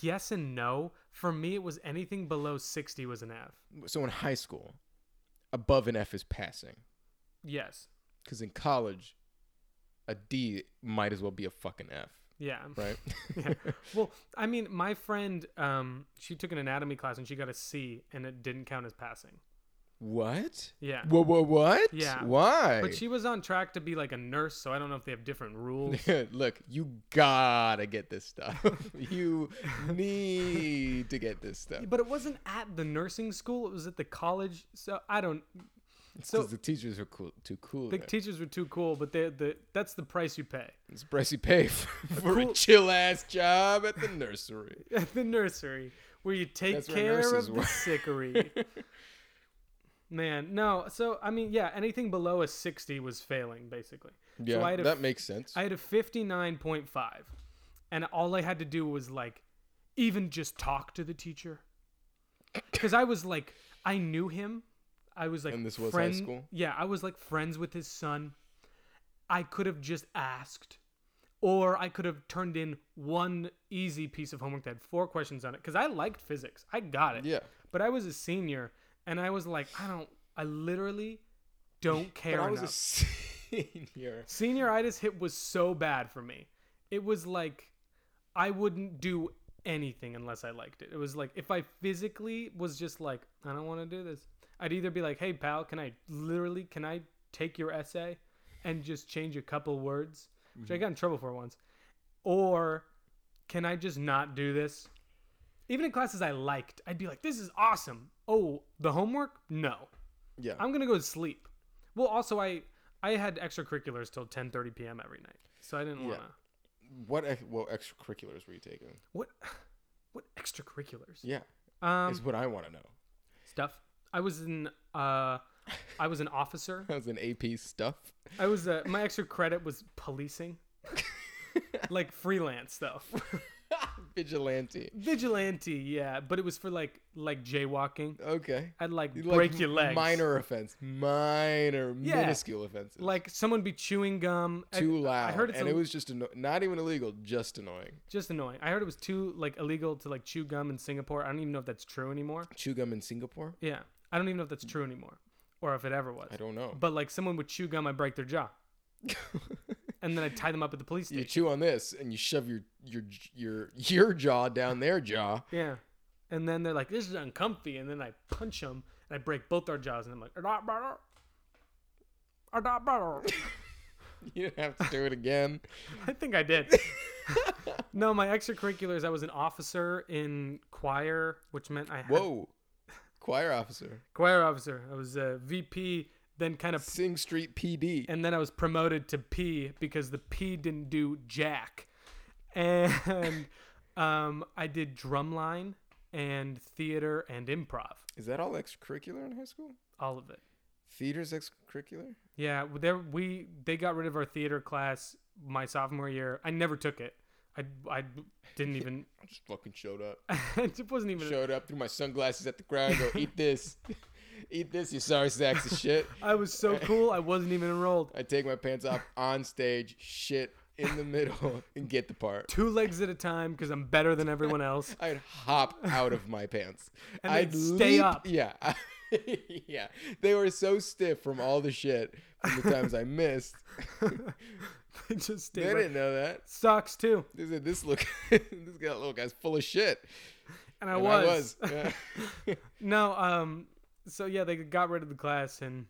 B: yes and no. For me, it was anything below 60 was an F.
C: So in high school, above an F is passing.
B: Yes.
C: Because in college, a D might as well be a fucking F,
B: Yeah.
C: right?
B: yeah. Well, I mean, my friend, um, she took an anatomy class and she got a C, and it didn't count as passing.
C: what?
B: Yeah.
C: What? What? What?
B: Yeah.
C: Why?
B: But she was on track to be like a nurse, so I don't know if they have different rules.
C: Look, you gotta get this stuff. you need to get this stuff.
B: But it wasn't at the nursing school; it was at the college. So I don't. So
C: Because the teachers are cool, too cool.
B: the
C: then.
B: teachers were too cool, but they the that's the price you pay
C: It's the price you pay for, for a
B: cool-
C: chill ass job at the nursery.
B: at the nursery where you take
C: That's where
B: care
C: nurses
B: of the
C: work.
B: sickery. Man, no. So I mean, yeah, anything below a sixty was failing basically.
C: Yeah,
B: so I had a
C: that makes sense.
B: I had a 59.5, and all I had to do was like even just talk to the teacher. Because I was like, I knew him. I was like,
C: And this was high
B: friend-
C: school?
B: Yeah, I was like friends with his son. I could have just asked, or I could have turned in one easy piece of homework that had four questions on it. Because I liked physics, I got it.
C: Yeah.
B: But I was a senior, and I was like, I don't, I literally don't care.
C: But I was
B: enough.
C: a senior.
B: Senioritis hit was so bad for me. It was like I wouldn't do anything unless I liked it. It was like if I physically was just like, I don't want to do this. I'd either be like, "Hey pal, can I literally can I take your essay and just change a couple words?" Which I got in trouble for once. Or can I just not do this? Even in classes I liked, I'd be like, "This is awesome." Oh, the homework? No.
C: Yeah.
B: I'm gonna go to sleep. Well, also I I had extracurriculars till 10:30 p.m. every night, so I didn't
C: Yeah.
B: wanna.
C: what ex- well extracurriculars were you taking?
B: What what extracurriculars?
C: Yeah,
B: Um,
C: is what I want to know.
B: stuff. I was in uh, I was an officer.
C: That was an AP stuff.
B: I was uh, my extra credit was policing, like freelance though.
C: Vigilante.
B: Vigilante, yeah, but it was for like like jaywalking.
C: Okay.
B: I'd like
C: You
B: break your legs.
C: Minor offense. Minor,
B: Yeah.
C: minuscule offenses.
B: Like someone be chewing gum. I-
C: too loud.
B: I heard it's
C: and
B: a-
C: it was just anno- not even illegal, just annoying.
B: just annoying. I heard it was too like illegal to like chew gum in Singapore. I don't even know if that's true anymore.
C: Chew gum in Singapore?
B: Yeah. I don't even know if that's true anymore or if it ever was.
C: I don't know.
B: But like someone would chew gum, I break their jaw. and then I tie them up at the police
C: you
B: station.
C: chew on this and you shove your your your your jaw down their jaw.
B: yeah. And then they're like, this is uncomfy. And then I punch them and I break both their jaws. And I'm like, "Are that better? Are that better?"
C: You didn't have to do it again.
B: I think I did. no, my extracurriculars, I was an officer in choir, which meant I had
C: Whoa. Choir officer.
B: choir officer. I was a VP, then kind of
C: Sing Street PD.
B: and then I was promoted to P because the P didn't do jack. And um, I did drumline and theater and improv,
C: Is that all extracurricular in high school?
B: all of it.
C: Theater's extracurricular?
B: Yeah, w- there we they got rid of our theater class my sophomore year. I never took it. I, I didn't even
C: I just fucking showed up.
B: it wasn't even
C: Showed up, threw my sunglasses at the ground, go, eat this. eat this, you sorry sacks of shit.
B: I was so cool. I wasn't even enrolled.
C: I take my pants off on stage, shit in the middle, and get the part.
B: Two legs at a time because I'm better than everyone else.
C: I'd hop out of my pants.
B: And
C: I'd
B: they'd stay
C: leap-
B: up.
C: Yeah. yeah. They were so stiff from all the shit from the times I missed.
B: I just
C: They
B: stayed right-
C: didn't know that.
B: Sucks too.
C: They said, this look, this guy, little guy's full of shit.
B: And I
C: And
B: was.
C: I was.
B: No, um so yeah, they got rid of the class and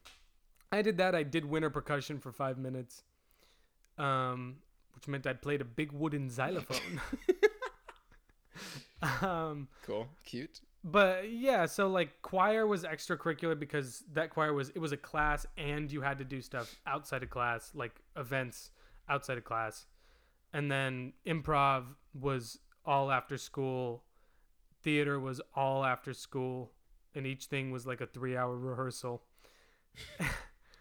B: I did that. I did winter percussion for 5 minutes. Um which meant I played a big wooden xylophone. um
C: cool. Cute.
B: but yeah, so like choir was extracurricular because that choir was it was a class and you had to do stuff outside of class, like events outside of class. And then improv was all after school. Theater was all after school. and each thing was like a three hour rehearsal,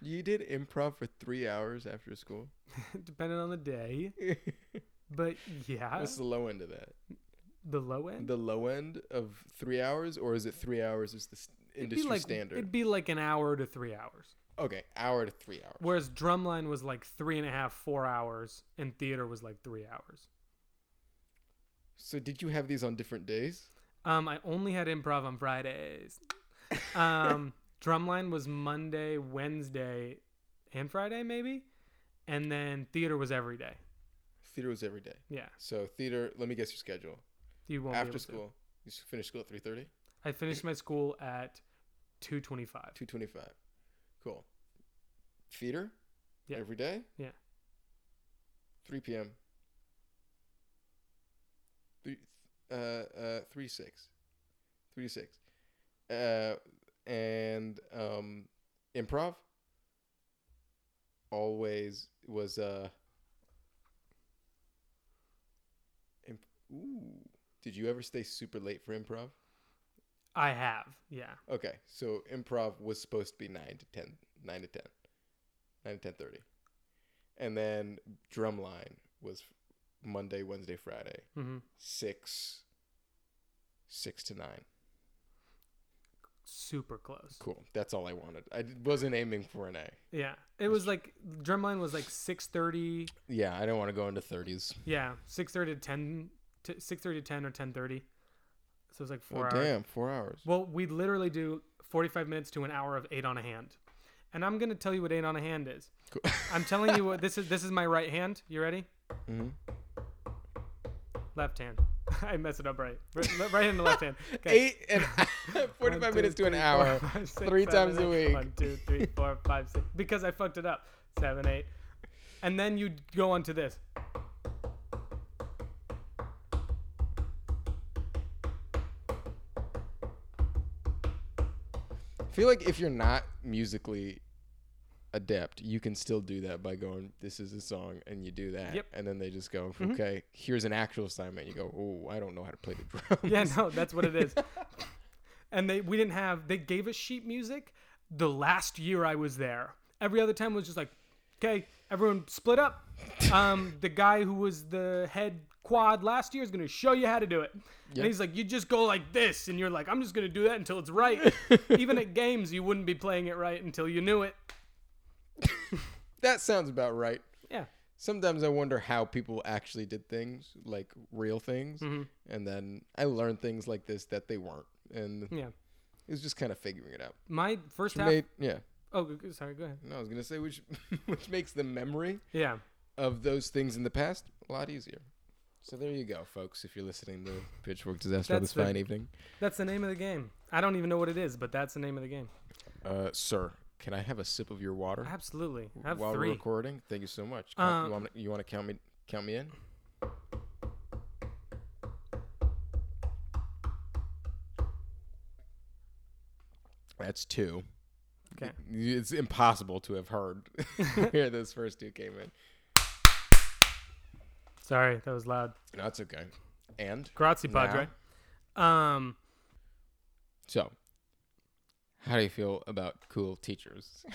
C: You did improv for three hours after school.
B: depending on the day.
C: That's
B: But yeah,
C: the low end of that.
B: the low end.
C: The low end of three hours, or is it three hours is the s- industry
B: be like,
C: standard?
B: It'd be like an hour to three hours.
C: okay, hour to three hours.
B: Whereas drumline was like three and a half, four hours, and theater was like three hours.
C: So did you have these on different days?
B: Um, I only had improv on Fridays. Um, drumline was Monday, Wednesday, and Friday maybe, and then theater was every day.
C: Theater was every day.
B: Yeah,
C: So theater. Let me guess your schedule.
B: you won't be able to.
C: After school, you s- finish school at three thirty.
B: I finished my school at two twenty five.
C: Two twenty-five. Cool. Theater.
B: Yeah.
C: Every day.
B: Yeah.
C: Three p.m. Three. Uh. Uh. Three to six. Three to six. Uh. And um, improv. Always was uh. Imp- Ooh. Did you ever stay super late for improv?
B: I have, yeah.
C: Okay, so improv was supposed to be nine to ten, nine to ten, nine to ten thirty, and then drumline was Monday, Wednesday, Friday,
B: Mm-hmm.
C: six, six to nine.
B: Super close.
C: Cool. That's all I wanted. I d- wasn't aiming for an A.
B: Yeah, it was like drumline was like six thirty.
C: Yeah, I don't want to go into thirties.
B: Yeah, six thirty to ten, to six thirty to ten or ten thirty. So it's like
C: Oh
B: four hours.
C: damn, four hours.
B: Well, we literally do forty five minutes to an hour of eight on a hand, and I'm gonna tell you what eight on a hand is.
C: Cool.
B: I'm telling you what this is. This is my right hand. You ready?
C: Mhm.
B: Left hand. I mess it up right. Right, le- right hand to left hand. Okay.
C: Eight and forty-five
B: One, two,
C: minutes to an
B: three, four,
C: hour,
B: five, six,
C: three
B: seven,
C: times a
B: eight.
C: week.
B: One, two, three, four, five, six. Because I fucked it up. Seven, eight. And then you go on to this.
C: I feel like if you're not musically adept, you can still do that by going, "This is a song," and you do that,
B: Yep. Mm-hmm.
C: and then they just go, "Okay, here's an actual assignment." You go, "Oh, I don't know how to play the drums."
B: Yeah, no, that's what it is. and they we didn't have they gave us sheet music the last year I was there. Every other time was just like, okay, everyone split up. Um, the guy who was the head quad last year is gonna show you how to do it.
C: Yeah.
B: And he's like, you just go like this, and you're like, I'm just gonna do that until it's right. Even at games, you wouldn't be playing it right until you knew it.
C: That sounds about right.
B: Yeah.
C: Sometimes I wonder how people actually did things, like real things,
B: Mm-hmm.
C: and then I learned things like this that they weren't, and
B: Yeah.
C: it was just kind of figuring it out.
B: My first half.
C: Made, yeah,
B: oh, g- g- sorry. Go ahead.
C: no, I was gonna say which which makes the memory
B: Yeah.
C: of those things in the past a lot easier. So there you go, folks. If you're listening to Pitchfork Disaster on
B: That's
C: this
B: the-
C: fine evening,
B: That's the name of the game. I don't even know what it is, but that's the name of the game.
C: uh, sir, can I have a sip of your water
B: Absolutely. Have
C: while
B: three.
C: we're recording? Thank you so much. Count-
B: Um,
C: you want you want to count me count me in? That's two.
B: Okay.
C: Y- It's impossible to have heard where those first two came in.
B: Sorry, that was loud.
C: No, that's okay. And
B: Grazie,
C: Now?
B: Padre. Um,
C: So, how do you feel about cool teachers?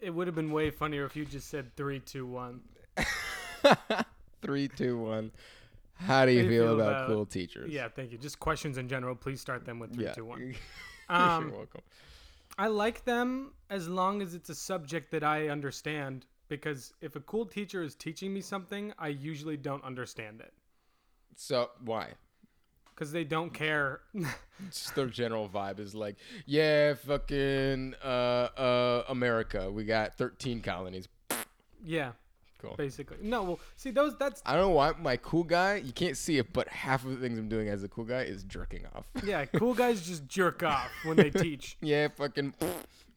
B: it would have been way funnier if you just said three, two, one.
C: Three, two, one. How do you feel, about, cool teachers?
B: Yeah, thank you. Just questions in general. Please start them with three,
C: yeah.
B: two, one.
C: You're
B: Um,
C: welcome.
B: I like them as long as it's a subject that I understand. Because if a cool teacher is teaching me something, I usually don't understand it
C: So why?
B: because they don't care.
C: Just their general vibe is like, yeah, fucking uh, uh, America. We got thirteen colonies.
B: yeah,
C: Cool.
B: basically. No, well, see those. That's
C: I don't know why my cool guy. You can't see it, but half of the things I'm doing as a cool guy is jerking off.
B: yeah. Cool guys just jerk off when they teach.
C: yeah, fucking.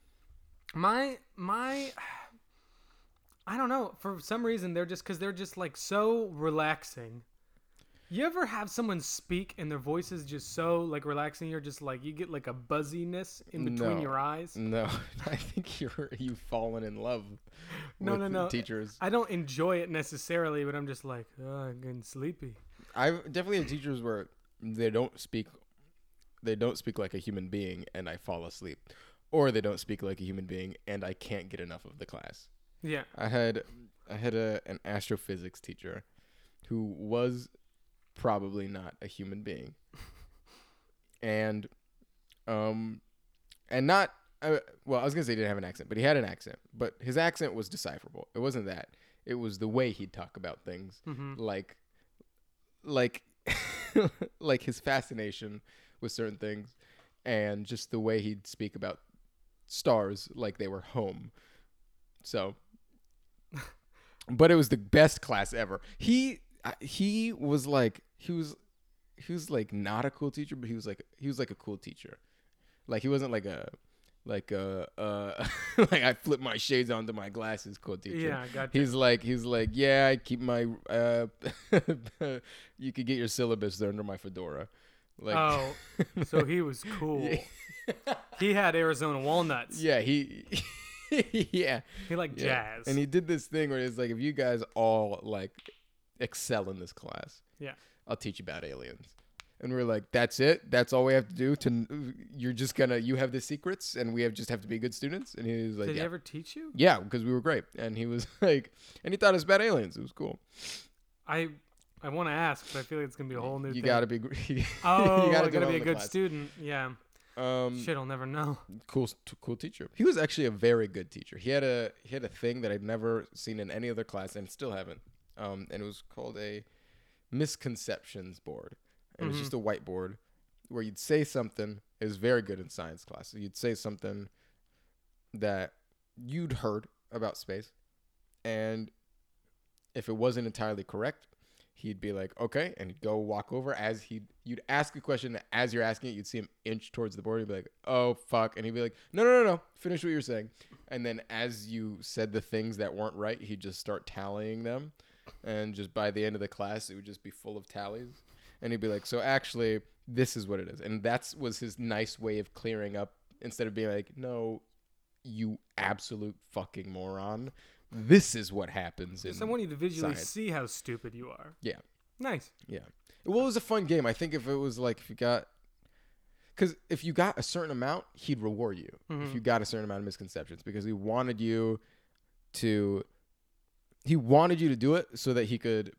B: my my i don't know for some reason they're just because they're just like so relaxing you ever have someone speak and their voice is just so like relaxing you're just like you get like a buzziness in between
C: No. Mm.
B: your eyes
C: No, I think you're you've fallen in love.
B: No,
C: with
B: no, no.
C: Teachers.
B: i don't enjoy it necessarily but i'm just like oh, i'm getting sleepy
C: I've definitely had teachers where they don't speak they don't speak like a human being and I fall asleep, or they don't speak like a human being and I can't get enough of the class.
B: Yeah.
C: I had I had a, an astrophysics teacher who was probably not a human being. and um and not uh, well, I was going to say he didn't have an accent, but he had an accent, but his accent was decipherable. It wasn't that. It was the way he'd talk about things
B: hmm
C: like like like his fascination with certain things and just the way he'd speak about stars like they were home so but it was the best class ever he I- he was like he was he was like not a cool teacher but he was like he was like a cool teacher like he wasn't like a like a uh like i flip my shades onto my glasses cool teacher
B: Yeah. Gotcha.
C: He's like, he's like, yeah, I keep my. Uh, you could get your syllabus there under my fedora. Like,
B: oh, so he was cool. he had Arizona walnuts.
C: yeah, he, yeah,
B: He liked
C: yeah.
B: jazz.
C: and he did this thing where it's like, if you guys all like excel in this class,
B: Yeah.
C: I'll teach you about aliens. And we're like, that's it. That's all we have to do. To you're just gonna, you have the secrets, and we have just have to be good students. And he was like,
B: Did
C: yeah.
B: he ever teach you?
C: yeah, because we were great. And he was like, and he thought it was about aliens. It was cool.
B: I I want to ask, but I feel like it's gonna be a whole new.
C: You
B: thing.
C: gotta be. gr- you
B: Oh, you gotta,
C: do well
B: be
C: in
B: a
C: the
B: good
C: class.
B: student. Yeah.
C: Um,
B: Shit, I'll never know.
C: cool, t- cool teacher. He was actually a very good teacher. He had a he had a thing that I'd never seen in any other class and still haven't. Um, and it was called a misconceptions board. It was just a whiteboard where you'd say something. It was very good in science class. You'd say something that you'd heard about space, and if it wasn't entirely correct, he'd be like, "Okay," and he'd go walk over as he you'd ask a question and as you're asking it, you'd see him inch towards the board. He'd be like, "Oh fuck," and he'd be like, "No, no, no, no, finish what you're saying." And then as you said the things that weren't right, he'd just start tallying them, and just by the end of the class, it would just be full of tallies, and he'd be like, "So actually, this is what it is," and that's was his nice way of clearing up instead of being like, "No." You absolute fucking moron. This is what happens. In
B: Just I want you to visually
C: science.
B: see how stupid you are.
C: Yeah.
B: Nice.
C: Yeah. Well, it was a fun game. I think if it was like if you got, because if you got a certain amount, he'd reward you.
B: Mm-hmm.
C: If you got a certain amount of misconceptions, because he wanted you to, he wanted you to do it so that he could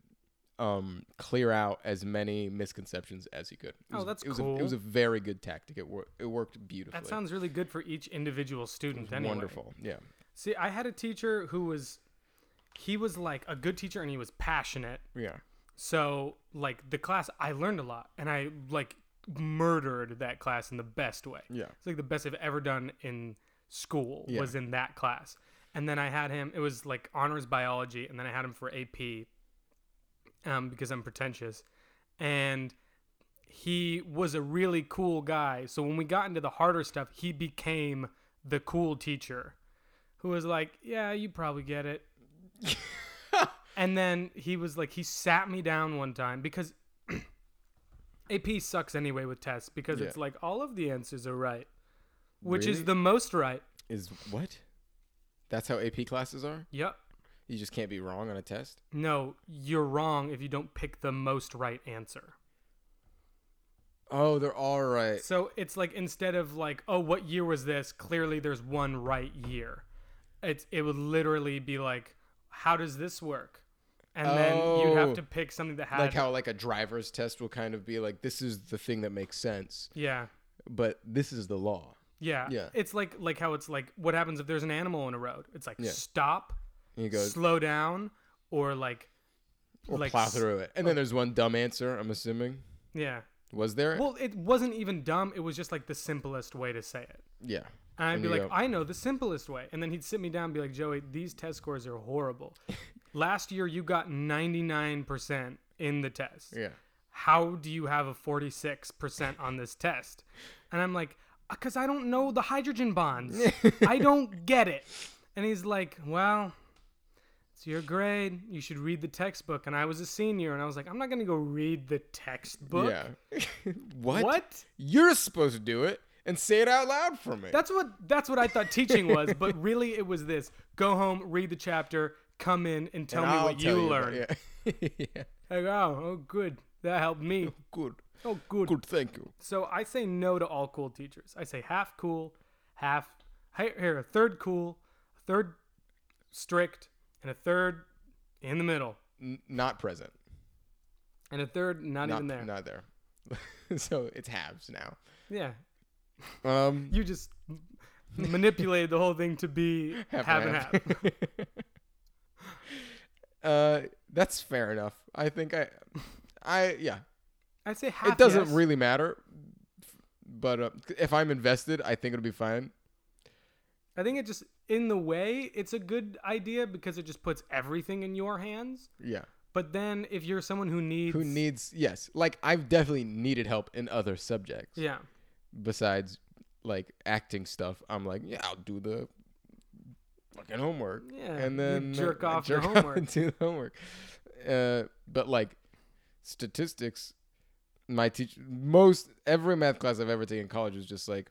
C: um clear out as many misconceptions as he could. It
B: Oh,
C: was-
B: that's
C: it was A,
B: cool.
C: it was a very good tactic. It worked. It worked beautifully.
B: That sounds really good for each individual student. Anyway.
C: wonderful. Yeah.
B: See, I had a teacher who was, he was like a good teacher and he was passionate.
C: Yeah.
B: So like the class, I learned a lot and I like murdered that class in the best way.
C: Yeah.
B: It's like the best I've ever done in school
C: Yeah.
B: was in that class. And then I had him, it was like honors biology, and then I had him for AP um, because I'm pretentious. And he was a really cool guy. So when we got into the harder stuff, he became the cool teacher who was like, Yeah, you probably get it. and then he was like, He sat me down one time because AP sucks anyway with tests because
C: Yeah.
B: it's like all of the answers are right, which is
C: Really?
B: the most right.
C: Is what? That's how AP classes are.
B: Yep.
C: You just can't be wrong on a test.
B: No, you're wrong if you don't pick the most right answer.
C: Oh, they're all right.
B: So it's like instead of like, oh, what year was this? Clearly, there's one right year. It's it would literally be like, how does this work? And then you'd
C: Oh.
B: have to pick something that had
C: like how like a driver's test will kind of be like this is the thing that makes sense
B: yeah.
C: but this is the law
B: Yeah.
C: Yeah.
B: It's like like how it's like what happens if there's an animal in a road? It's like stop,
C: and you go
B: slow down, or like
C: or
B: like
C: plow
B: s- oh.
C: through it and then there's one dumb answer i'm assuming
B: yeah.
C: was there
B: Well, it wasn't even dumb. It was just like the simplest way to say it.
C: yeah
B: And I'd
C: And
B: be
C: you
B: like,
C: go-
B: I know the simplest way. And then he'd sit me down and be like, Joey, these test scores are horrible. Last year you got 99% in the test.
C: yeah
B: How do you have a 46% on this test? And I'm like, because I don't know the hydrogen bonds. I don't get it. And he's like, well, it's your grade. You should read the textbook. And I was a senior and I was like, I'm not going to go read the textbook.
C: yeah what
B: What?
C: you're supposed to do it and say it out loud for me
B: That's what that's what I thought teaching was, but really it was this: go home, read the chapter, come in, and tell
C: And
B: me
C: I'll
B: what
C: tell
B: you
C: about-
B: learned.
C: yeah. yeah
B: Like, oh, oh, good, that helped me.
C: good
B: Oh, good.
C: Good, thank you.
B: So I say no to all cool teachers. I say half cool, half hi- here, a third cool, a third strict, and a third in the middle,
C: N- not present.
B: and a third not,
C: not
B: even there.
C: Not there. so it's halves now.
B: Yeah,
C: Um,
B: you just manipulated the whole thing to be half, and half.
C: uh, that's fair enough. I think I, I yeah.
B: I say half.
C: it doesn't
B: yes.
C: really matter. But uh, if I'm invested, I think it'll be fine.
B: I think it just in the way it's a good idea because it just puts everything in your hands.
C: Yeah.
B: But then if you're someone who needs
C: Who needs? Yes. Like I've definitely needed help in other subjects
B: yeah
C: besides like acting stuff. I'm like, yeah, I'll do the fucking homework.
B: Yeah, you
C: And then
B: jerk
C: I
B: off to
C: jerk
B: homework.
C: and do the homework. Uh, but like statistics, my teacher, most every math class I've ever taken in college was just like,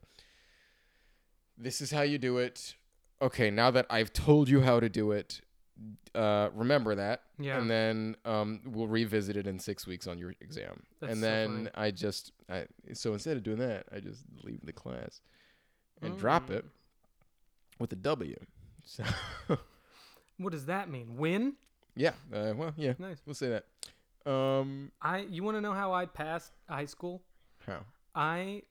C: this is how you do it. Okay, now that I've told you how to do it, uh, remember that.
B: Yeah.
C: And then um, we'll revisit it in six weeks on your exam.
B: That's
C: and
B: so
C: then
B: funny.
C: I just, I so instead of doing that, I just leave the class and drop it
B: Mm.
C: with a W. So
B: what does that mean win
C: yeah, uh, well, yeah,
B: nice
C: we'll say that. Um,
B: I you want to know how I passed high school
C: how?
B: I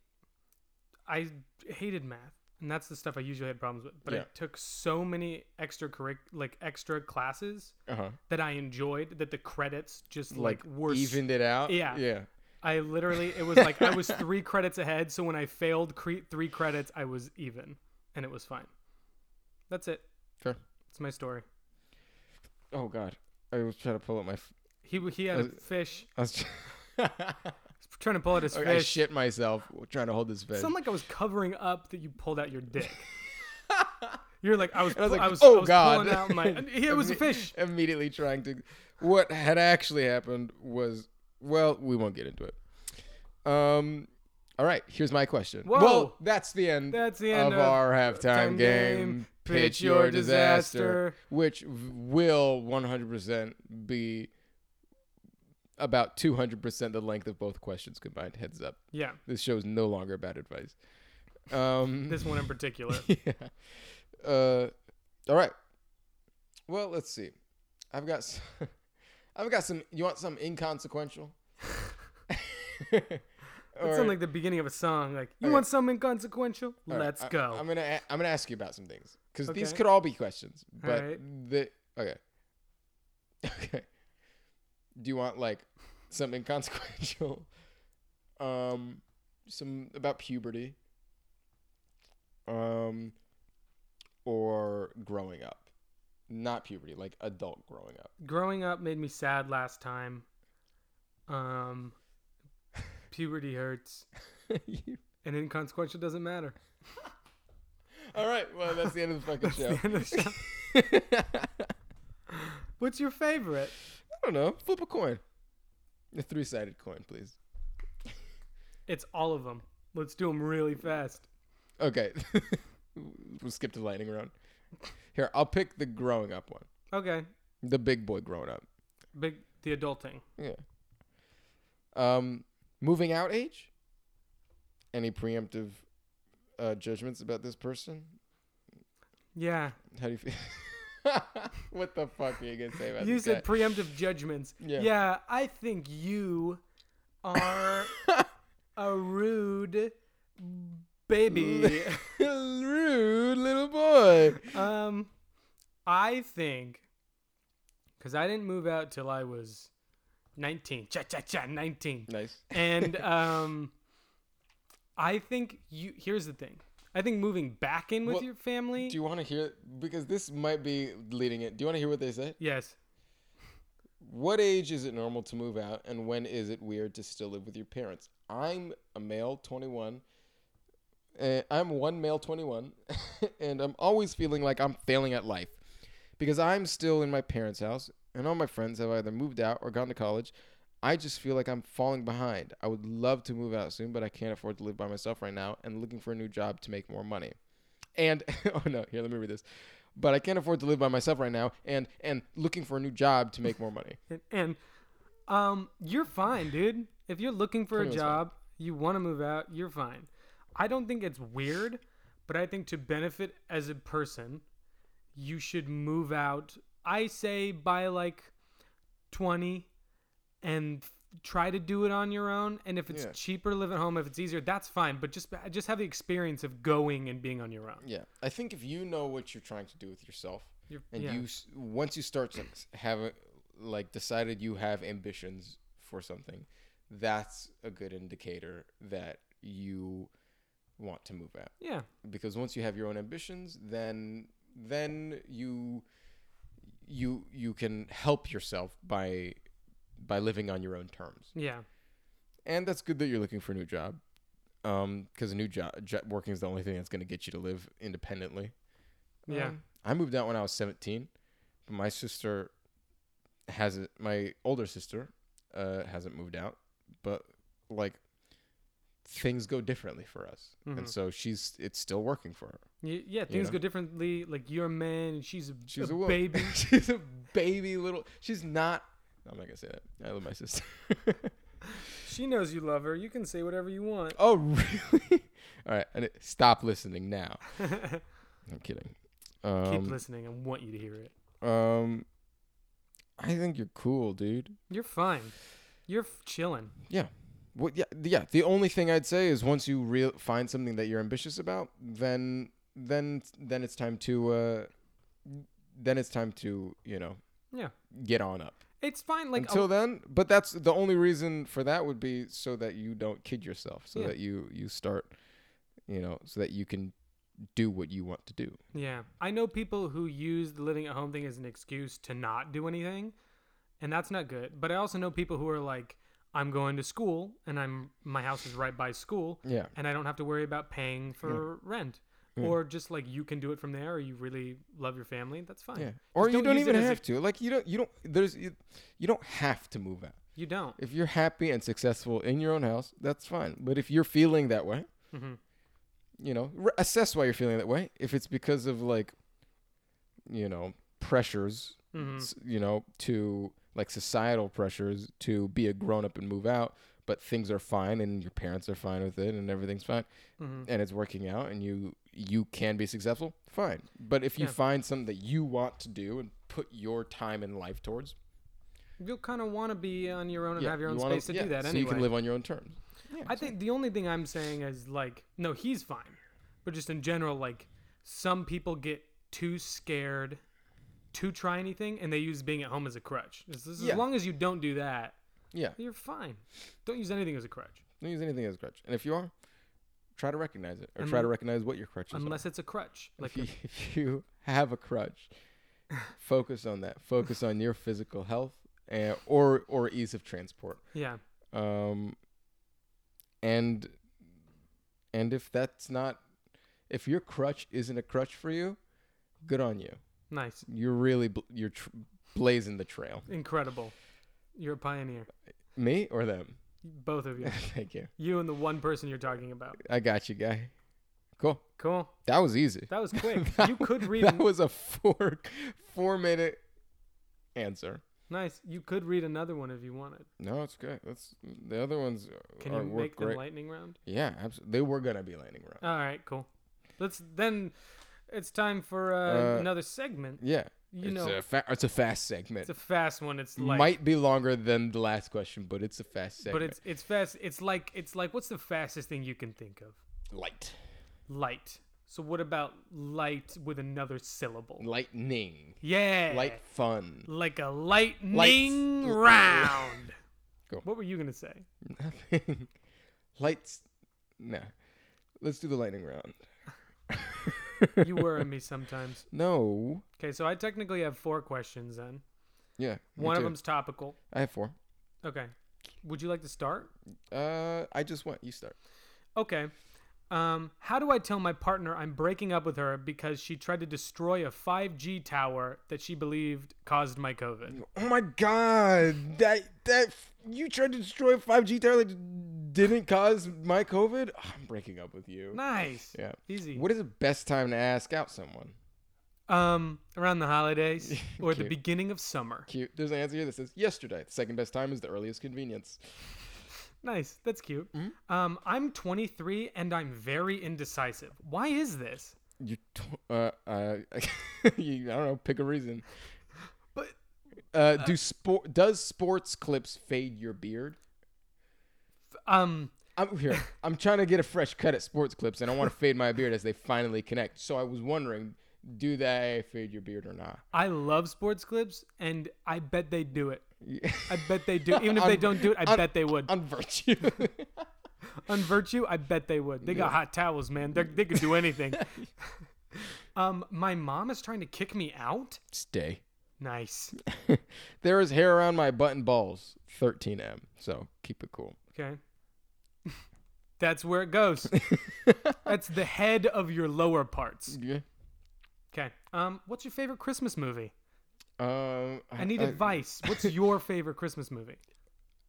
B: I hated math, and that's the stuff I usually had problems with. But I
C: Yeah.
B: took so many extra curric- like extra classes
C: Uh huh.
B: that I enjoyed that the credits just like,
C: Like,
B: were s-
C: evened it out.
B: Yeah.
C: Yeah.
B: I literally it was like I was three credits ahead, so when I failed cre- three credits, I was even, and it was fine. That's it.
C: Sure.
B: It's my story.
C: Oh God, I was trying to pull up my. F-
B: He w- he had a
C: Uh,
B: fish.
C: I was.
B: Trying to pull out his
C: Okay, I
B: fish.
C: shit myself trying to hold this fish.
B: Sound like I was covering up that you pulled out your dick. You're like I was.
C: I was
B: pu-
C: like,
B: I was,
C: "Oh
B: I was
C: God!"
B: Pulling out my. It was a
C: Imme-
B: fish.
C: Immediately trying to. What had actually happened was, well, we won't get into it. Um. All right. Here's my question.
B: Whoa.
C: Well, that's the end.
B: That's the end
C: of,
B: of
C: our halftime
B: time
C: game.
B: game.
C: Pitch, your disaster, which v- will 100% be about 200% the length of both questions combined. Heads up.
B: Yeah,
C: This show is no longer bad advice. Um.
B: this one in particular.
C: yeah. Uh, all right. Well, let's see. I've got, s- I've got some. You want some inconsequential?
B: It
C: Or-
B: sounds like the beginning of a song. Like you
C: Okay.
B: want something inconsequential?
C: all right,
B: Let's
C: I-
B: go.
C: I'm gonna, a- I'm gonna ask you about some things because these
B: Okay.
C: could all be questions, but
B: right.
C: the okay, okay. Do you want like some inconsequential, um, some about puberty, um, or growing up? Not puberty, like adult growing up.
B: Growing up made me sad last time. Um, puberty hurts, and inconsequential doesn't matter.
C: all right. Well, that's the end of the fucking
B: That's
C: show.
B: the end of the show. What's your favorite?
C: I don't know. Flip a coin. A three-sided coin, please.
B: It's all of them. Let's do them really fast.
C: Okay. we'll skip to lightning round. Here, I'll pick the growing up one.
B: Okay,
C: The big boy growing up.
B: big the adulting.
C: Yeah. Um, moving out age? Any preemptive uh, judgments about this person?
B: Yeah,
C: How do you feel? what the fuck are you going to say about
B: you
C: this
B: said
C: guy?
B: preemptive judgments.
C: Yeah.
B: yeah, I think you are a rude baby.
C: Rude little boy.
B: um, I think because I didn't move out till I was nineteen. Cha cha cha, nineteen.
C: Nice.
B: And um, I think you. Here's the thing. I think moving back in with
C: Well,
B: your family.
C: Do you want to hear? Because this might be leading it. Do you want to hear what they say?
B: yes.
C: What age is it normal to move out, and when is it weird to still live with your parents? I'm a male, 21. Uh, I'm one male, 21, and I'm always feeling like I'm failing at life because I'm still in my parents' house, and all my friends have either moved out or gone to college. I just feel like I'm falling behind. I would love to move out soon, but I can't afford to live by myself right now and looking for a new job to make more money. And oh no, here let me read this. But I can't afford to live by myself right now and and looking for a new job to make more money.
B: And, and um, you're fine, dude. If you're looking for a
C: Totally is fine.
B: job, you want to move out, you're fine. I don't think it's weird, but I think to benefit as a person, you should move out. I say by like 20 and f- try to do it on your own and if it's
C: Yeah.
B: cheaper to live at home if it's easier that's fine but just just have the experience of going and being on your own
C: Yeah, I think if you know what you're trying to do with yourself,
B: You're-
C: and
B: yeah.
C: you s- once you start to s- have a, like decided you have ambitions for something, that's a good indicator that you want to move out.
B: yeah
C: Because once you have your own ambitions, then then you you you can help yourself by by living on your own terms
B: yeah
C: and that's good that you're looking for a new job Um, 'cause because a new job jo- working is the only thing that's going to get you to live independently
B: Yeah.
C: Um, i moved out when i was 17 but my sister has it my older sister uh hasn't moved out but like things go differently for us
B: Mhm.
C: and so she's it's still working for her
B: Y- yeah things
C: know?
B: go differently like you're a man and she's a,
C: she's
B: a
C: a, woman.
B: baby
C: she's a baby little she's not i'm not gonna say that i love my sister
B: she knows you love her you can say whatever you want
C: Oh, really? All right. And it, stop listening now. I'm kidding. Um,
B: keep listening i want you to hear it
C: Um, I think you're cool, dude.
B: you're fine you're f- chilling
C: Yeah. What? Yeah. Yeah. The only thing I'd say is once you real find something that you're ambitious about, then then then it's time to uh, then it's time to you know
B: yeah
C: get on up.
B: it's fine like oh a-
C: Until then, but that's the only reason for that would be so that you don't kid yourself, so
B: Yeah.
C: that you you start, you know, so that you can do what you want to do.
B: Yeah. I know people who use the living at home thing as an excuse to not do anything, and that's not good. But I also know people who are like, I'm going to school and I'm my house is right by school
C: Yeah.
B: and I don't have to worry about paying for rent. Or just like you can do it from there or you really love your family, that's fine.
C: Yeah.
B: Just
C: Or you don't
B: use it
C: even
B: as a-
C: have to. Like you don't you don't there's you, you don't have to move out.
B: you don't.
C: If you're happy and successful in your own house, that's fine. But if you're feeling that way,
B: Mhm.
C: you know, re- assess why you're feeling that way. If it's because of like you know, pressures,
B: Mm-hmm.
C: s- you know, to like societal pressures to be a grown up and move out, but things are fine and your parents are fine with it and everything's fine
B: Mm-hmm.
C: and it's working out and you you can be successful, fine. But if you
B: Yeah.
C: find something that you want to do and put your time and life towards,
B: You'll kind of want to be on your own and
C: yeah,
B: have your own
C: you wanna-
B: space to
C: yeah,
B: do that
C: so
B: anyway.
C: you can live on your own terms. Yeah,
B: I think the only thing I'm saying is like, no, he's fine. But just in general, like, some people get too scared to try anything and they use being at home as a crutch. As, as
C: Yeah.
B: long as you don't do that,
C: yeah.
B: you're fine. Don't use anything as a crutch
C: Don't use anything as a crutch. And if you are, try to recognize it or try to recognize what your crutches are.
B: unless it's a crutch. Like,
C: if you, if you have a crutch, focus on that. Focus on your physical health and, or or ease of transport.
B: yeah,
C: Um, and and if that's not, if your crutch isn't a crutch for you, good on you.
B: nice,
C: You're really bl- you're tr- blazing the trail.
B: incredible. You're a pioneer,
C: Me or them?
B: both of you.
C: Thank you.
B: you and the one person you're talking about.
C: I got you, guy. Cool.
B: Cool.
C: That was easy.
B: That was quick.
C: That
B: you
C: wa-
B: could read.
C: That was a four four minute answer.
B: nice. You could read another one if you wanted.
C: No, it's good. That's the other ones.
B: Can
C: are,
B: you
C: were
B: make them
C: great.
B: lightning round?
C: Yeah, absolutely. They were gonna be landing round.
B: All right, cool. Let's then. It's time for uh,
C: Uh,
B: another segment.
C: yeah,
B: You
C: it's
B: know,
C: a fa- it's a fast
B: it's
C: segment.
B: a fast one. It's like,
C: Might be longer than the last question, but it's a fast segment.
B: but it's it's fast. It's like it's like what's the fastest thing you can think of?
C: light,
B: Light. So what about light with another syllable?
C: lightning,
B: Yeah,
C: light fun.
B: like a lightning round.
C: Go.
B: What were you gonna say?
C: Nothing. Lights. No. Let's do the lightning round.
B: You worry me sometimes.
C: No.
B: Okay, so I technically have four questions then.
C: Yeah. me
B: One of
C: too.
B: them's topical.
C: I have four.
B: Okay. Would you like to start?
C: Uh, I just went. You start.
B: Okay. Um, how do I tell my partner I'm breaking up with her because she tried to destroy a 5G tower that she believed caused my COVID?
C: Oh my god! That that you tried to destroy five G tower that didn't cause my COVID. Oh, I'm breaking up with you.
B: Nice.
C: Yeah.
B: Easy.
C: What is the best time to ask out someone?
B: um, around the holidays or the
C: Cute.
B: beginning of summer.
C: Cute. There's an answer here that says yesterday. The second best time is the earliest convenience.
B: Nice. That's cute.
C: Mm-hmm.
B: Um, I'm 23 and I'm very indecisive. Why is this?
C: You, t- uh, uh, you, I don't know. Pick a reason.
B: But
C: Uh, do sport does sports clips fade your beard?
B: um,
C: I'm here. I'm trying to get a fresh cut at sports clips, and I want to fade my beard as they finally connect. So I was wondering, do they fade your beard or not?
B: I love sports clips, and I bet they do it. I bet they do. Even if they don't do it, I
C: on-
B: bet they would.
C: on virtue.
B: On virtue, I bet they would. They got hot towels, man. They're, they could do anything. um, my mom is trying to kick me out.
C: Stay.
B: Nice.
C: there is hair around my butt and balls. 13M. So keep it cool.
B: Okay. That's where it goes. That's the head of your lower parts.
C: Yeah.
B: Okay. Um, what's your favorite Christmas movie?
C: Um,
B: I need advice. What's your favorite Christmas movie?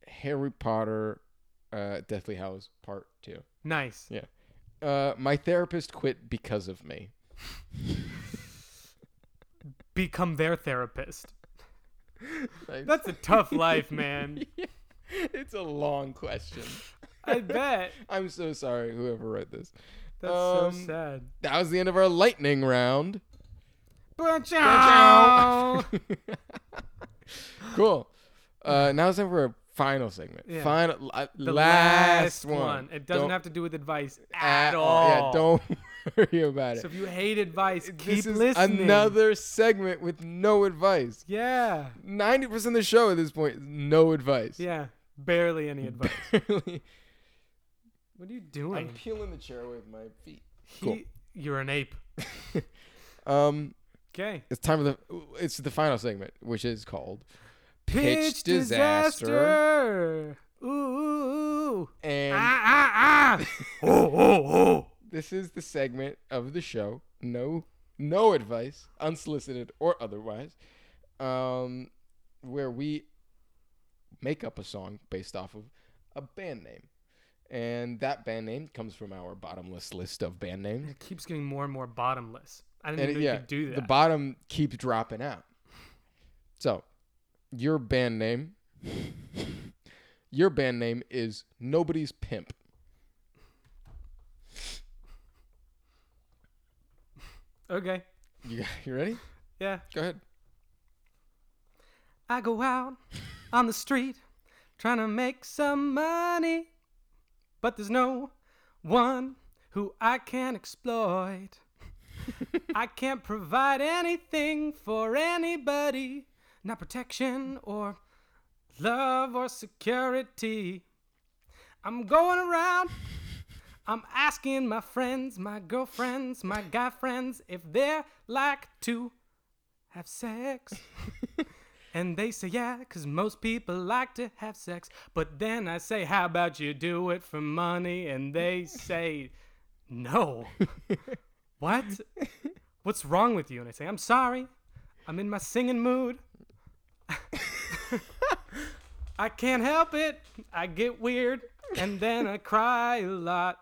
C: Harry Potter, uh, Deathly Hallows Part Two.
B: Nice.
C: Yeah. Uh, my therapist quit because of me.
B: Become their therapist.
C: Like,
B: That's a tough life, man.
C: it's a long question.
B: I bet.
C: I'm so sorry, whoever wrote this.
B: That's
C: Um,
B: so sad.
C: That was the end of our lightning round.
B: Ba-chow!
C: cool. Uh, now it's time for a final segment.
B: Yeah.
C: Final, uh,
B: The
C: last, one.
B: It doesn't
C: Don't-
B: have to do with advice at,
C: at all.
B: all.
C: Yeah, don't worry about it.
B: So if you hate advice, keep
C: this is
B: listening.
C: another segment with no advice.
B: Yeah.
C: Ninety percent of the show at this point is no advice.
B: Yeah. Barely any advice.
C: Barely.
B: What are you
C: I'm
B: doing?
C: peeling the chair away with my feet.
B: He-
C: Cool.
B: You're an ape.
C: Um,
B: Okay.
C: it's time for the it's the final segment, which is called
B: Pitch, disaster. Ooh, ooh, ooh.
C: and
B: Ah, ah, ah. oh, oh,
C: this is the segment of the show. No, no advice, unsolicited or otherwise, um, where we make up a song based off of a band name, and that band name comes from our bottomless list of band names.
B: It keeps getting more and more bottomless. I didn't
C: And
B: even
C: it-
B: know
C: yeah,
B: you could do that.
C: the bottom keeps dropping out. So, your band name, your band name is Nobody's Pimp.
B: okay.
C: You, you ready?
B: Yeah.
C: Go ahead.
B: I go out on the street trying to make some money, but there's no one who I can exploit. I can't provide anything for anybody, not protection or love or security. I'm going around. I'm asking my friends, my girlfriends, my guy friends if they like to have sex. And they say, yeah, 'cause most people like to have sex. But then I say, how about you do it for money? And they say, no. what? What's wrong with you? And I say, I'm sorry. I'm in my singing mood. I can't help it. I get weird. And then I cry a lot.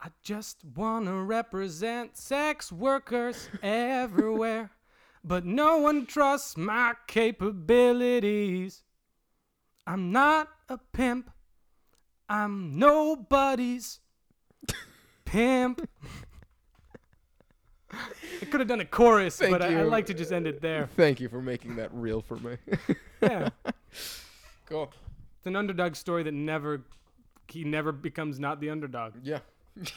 B: I just want to represent sex workers everywhere but no one trusts my capabilities. I'm not a pimp. I'm nobody's pimp. I could have done a chorus,
C: Thank
B: but I, I
C: you.
B: like to just end it there.
C: Thank you for making that real for me.
B: Yeah,
C: cool.
B: it's an underdog story that never he never becomes not the underdog.
C: Yeah.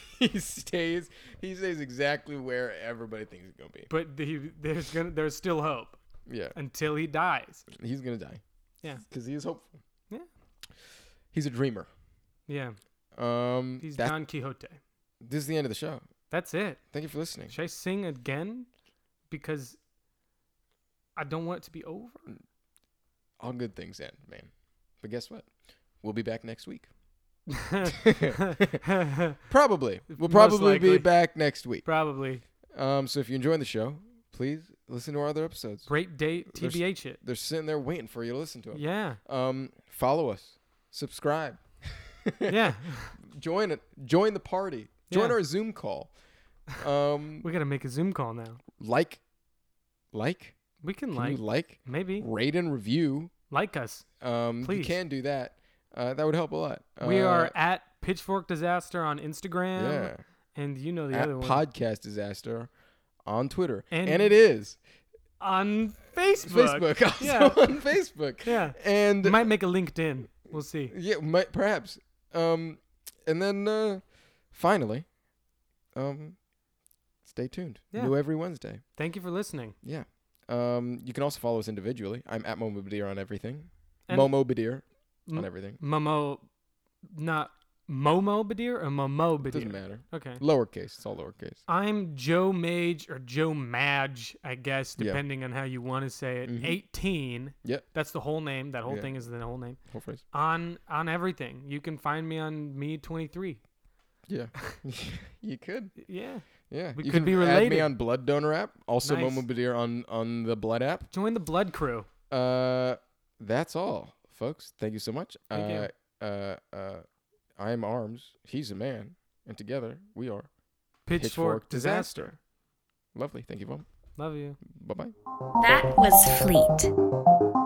C: he stays he stays exactly where everybody thinks he's gonna be.
B: But he, there's gonna there's still hope
C: Yeah.
B: until he dies.
C: He's gonna die.
B: Yeah.
C: Because he is hopeful.
B: Yeah.
C: He's a dreamer.
B: Yeah,
C: Um
B: he's
C: that-
B: Don Quixote.
C: this is the end of the show.
B: That's it.
C: Thank you for listening.
B: Should I sing again? Because I don't want it to be over.
C: All good things end, man. But guess what? We'll be back next week. Probably. We'll
B: Most
C: probably be
B: likely.
C: back next week.
B: Probably.
C: Um so if you're enjoying the show, please listen to our other episodes.
B: Great date,
C: There's- Oh.
B: TBH it.
C: They're sitting there waiting for you to listen to them.
B: Yeah.
C: Um follow us. Subscribe.
B: Yeah.
C: join it join the party join
B: Yeah.
C: our zoom call um
B: we got to make a Zoom call now.
C: like like
B: We can
C: can
B: like,
C: you like
B: maybe,
C: rate and review
B: like us.
C: um
B: Please.
C: you can do that Uh, that would help a lot.
B: we
C: Uh,
B: are at Pitchfork Disaster on Instagram.
C: yeah
B: And you know the
C: at
B: other one.
C: podcast disaster on Twitter,
B: And-
C: and, it is
B: on Facebook.
C: Facebook also
B: Yeah.
C: on Facebook.
B: Yeah.
C: and
B: Might make a LinkedIn. We'll see.
C: yeah, might, perhaps. Um, and then uh, finally, um, stay tuned.
B: Yeah.
C: New every Wednesday.
B: Thank you for listening.
C: Yeah. Um, you can also follow us individually. I'm at Momo Badir on everything.
B: And-
C: Momo Badir
B: M-
C: on everything.
B: Momo, not Momo Badir or Momo Badir.
C: Doesn't matter.
B: Okay.
C: Lowercase. It's all lowercase.
B: I'm Joe Mage or Joe Madge, I guess,
C: Yeah.
B: depending on how you want to say it.
C: Mhm.
B: 18.
C: Yep.
B: That's the whole name. That whole
C: Yeah.
B: thing is the whole name.
C: Whole phrase.
B: On on everything. You can find me on me 23.
C: Yeah. you could.
B: Yeah.
C: Yeah.
B: We
C: you
B: could
C: can
B: be
C: Add me
B: related.
C: on Blood Donor app. Also
B: Nice.
C: Momo Badir on on the Blood app.
B: Join the blood crew.
C: Uh, that's all, folks. Thank you so much.
B: Thank
C: uh,
B: you.
C: Uh, uh, I'm Arms. He's a man, and together we are
B: Pitchfork, disaster.
C: Lovely. Thank you, mom.
B: Love you.
C: Bye bye.
A: That was Fleet.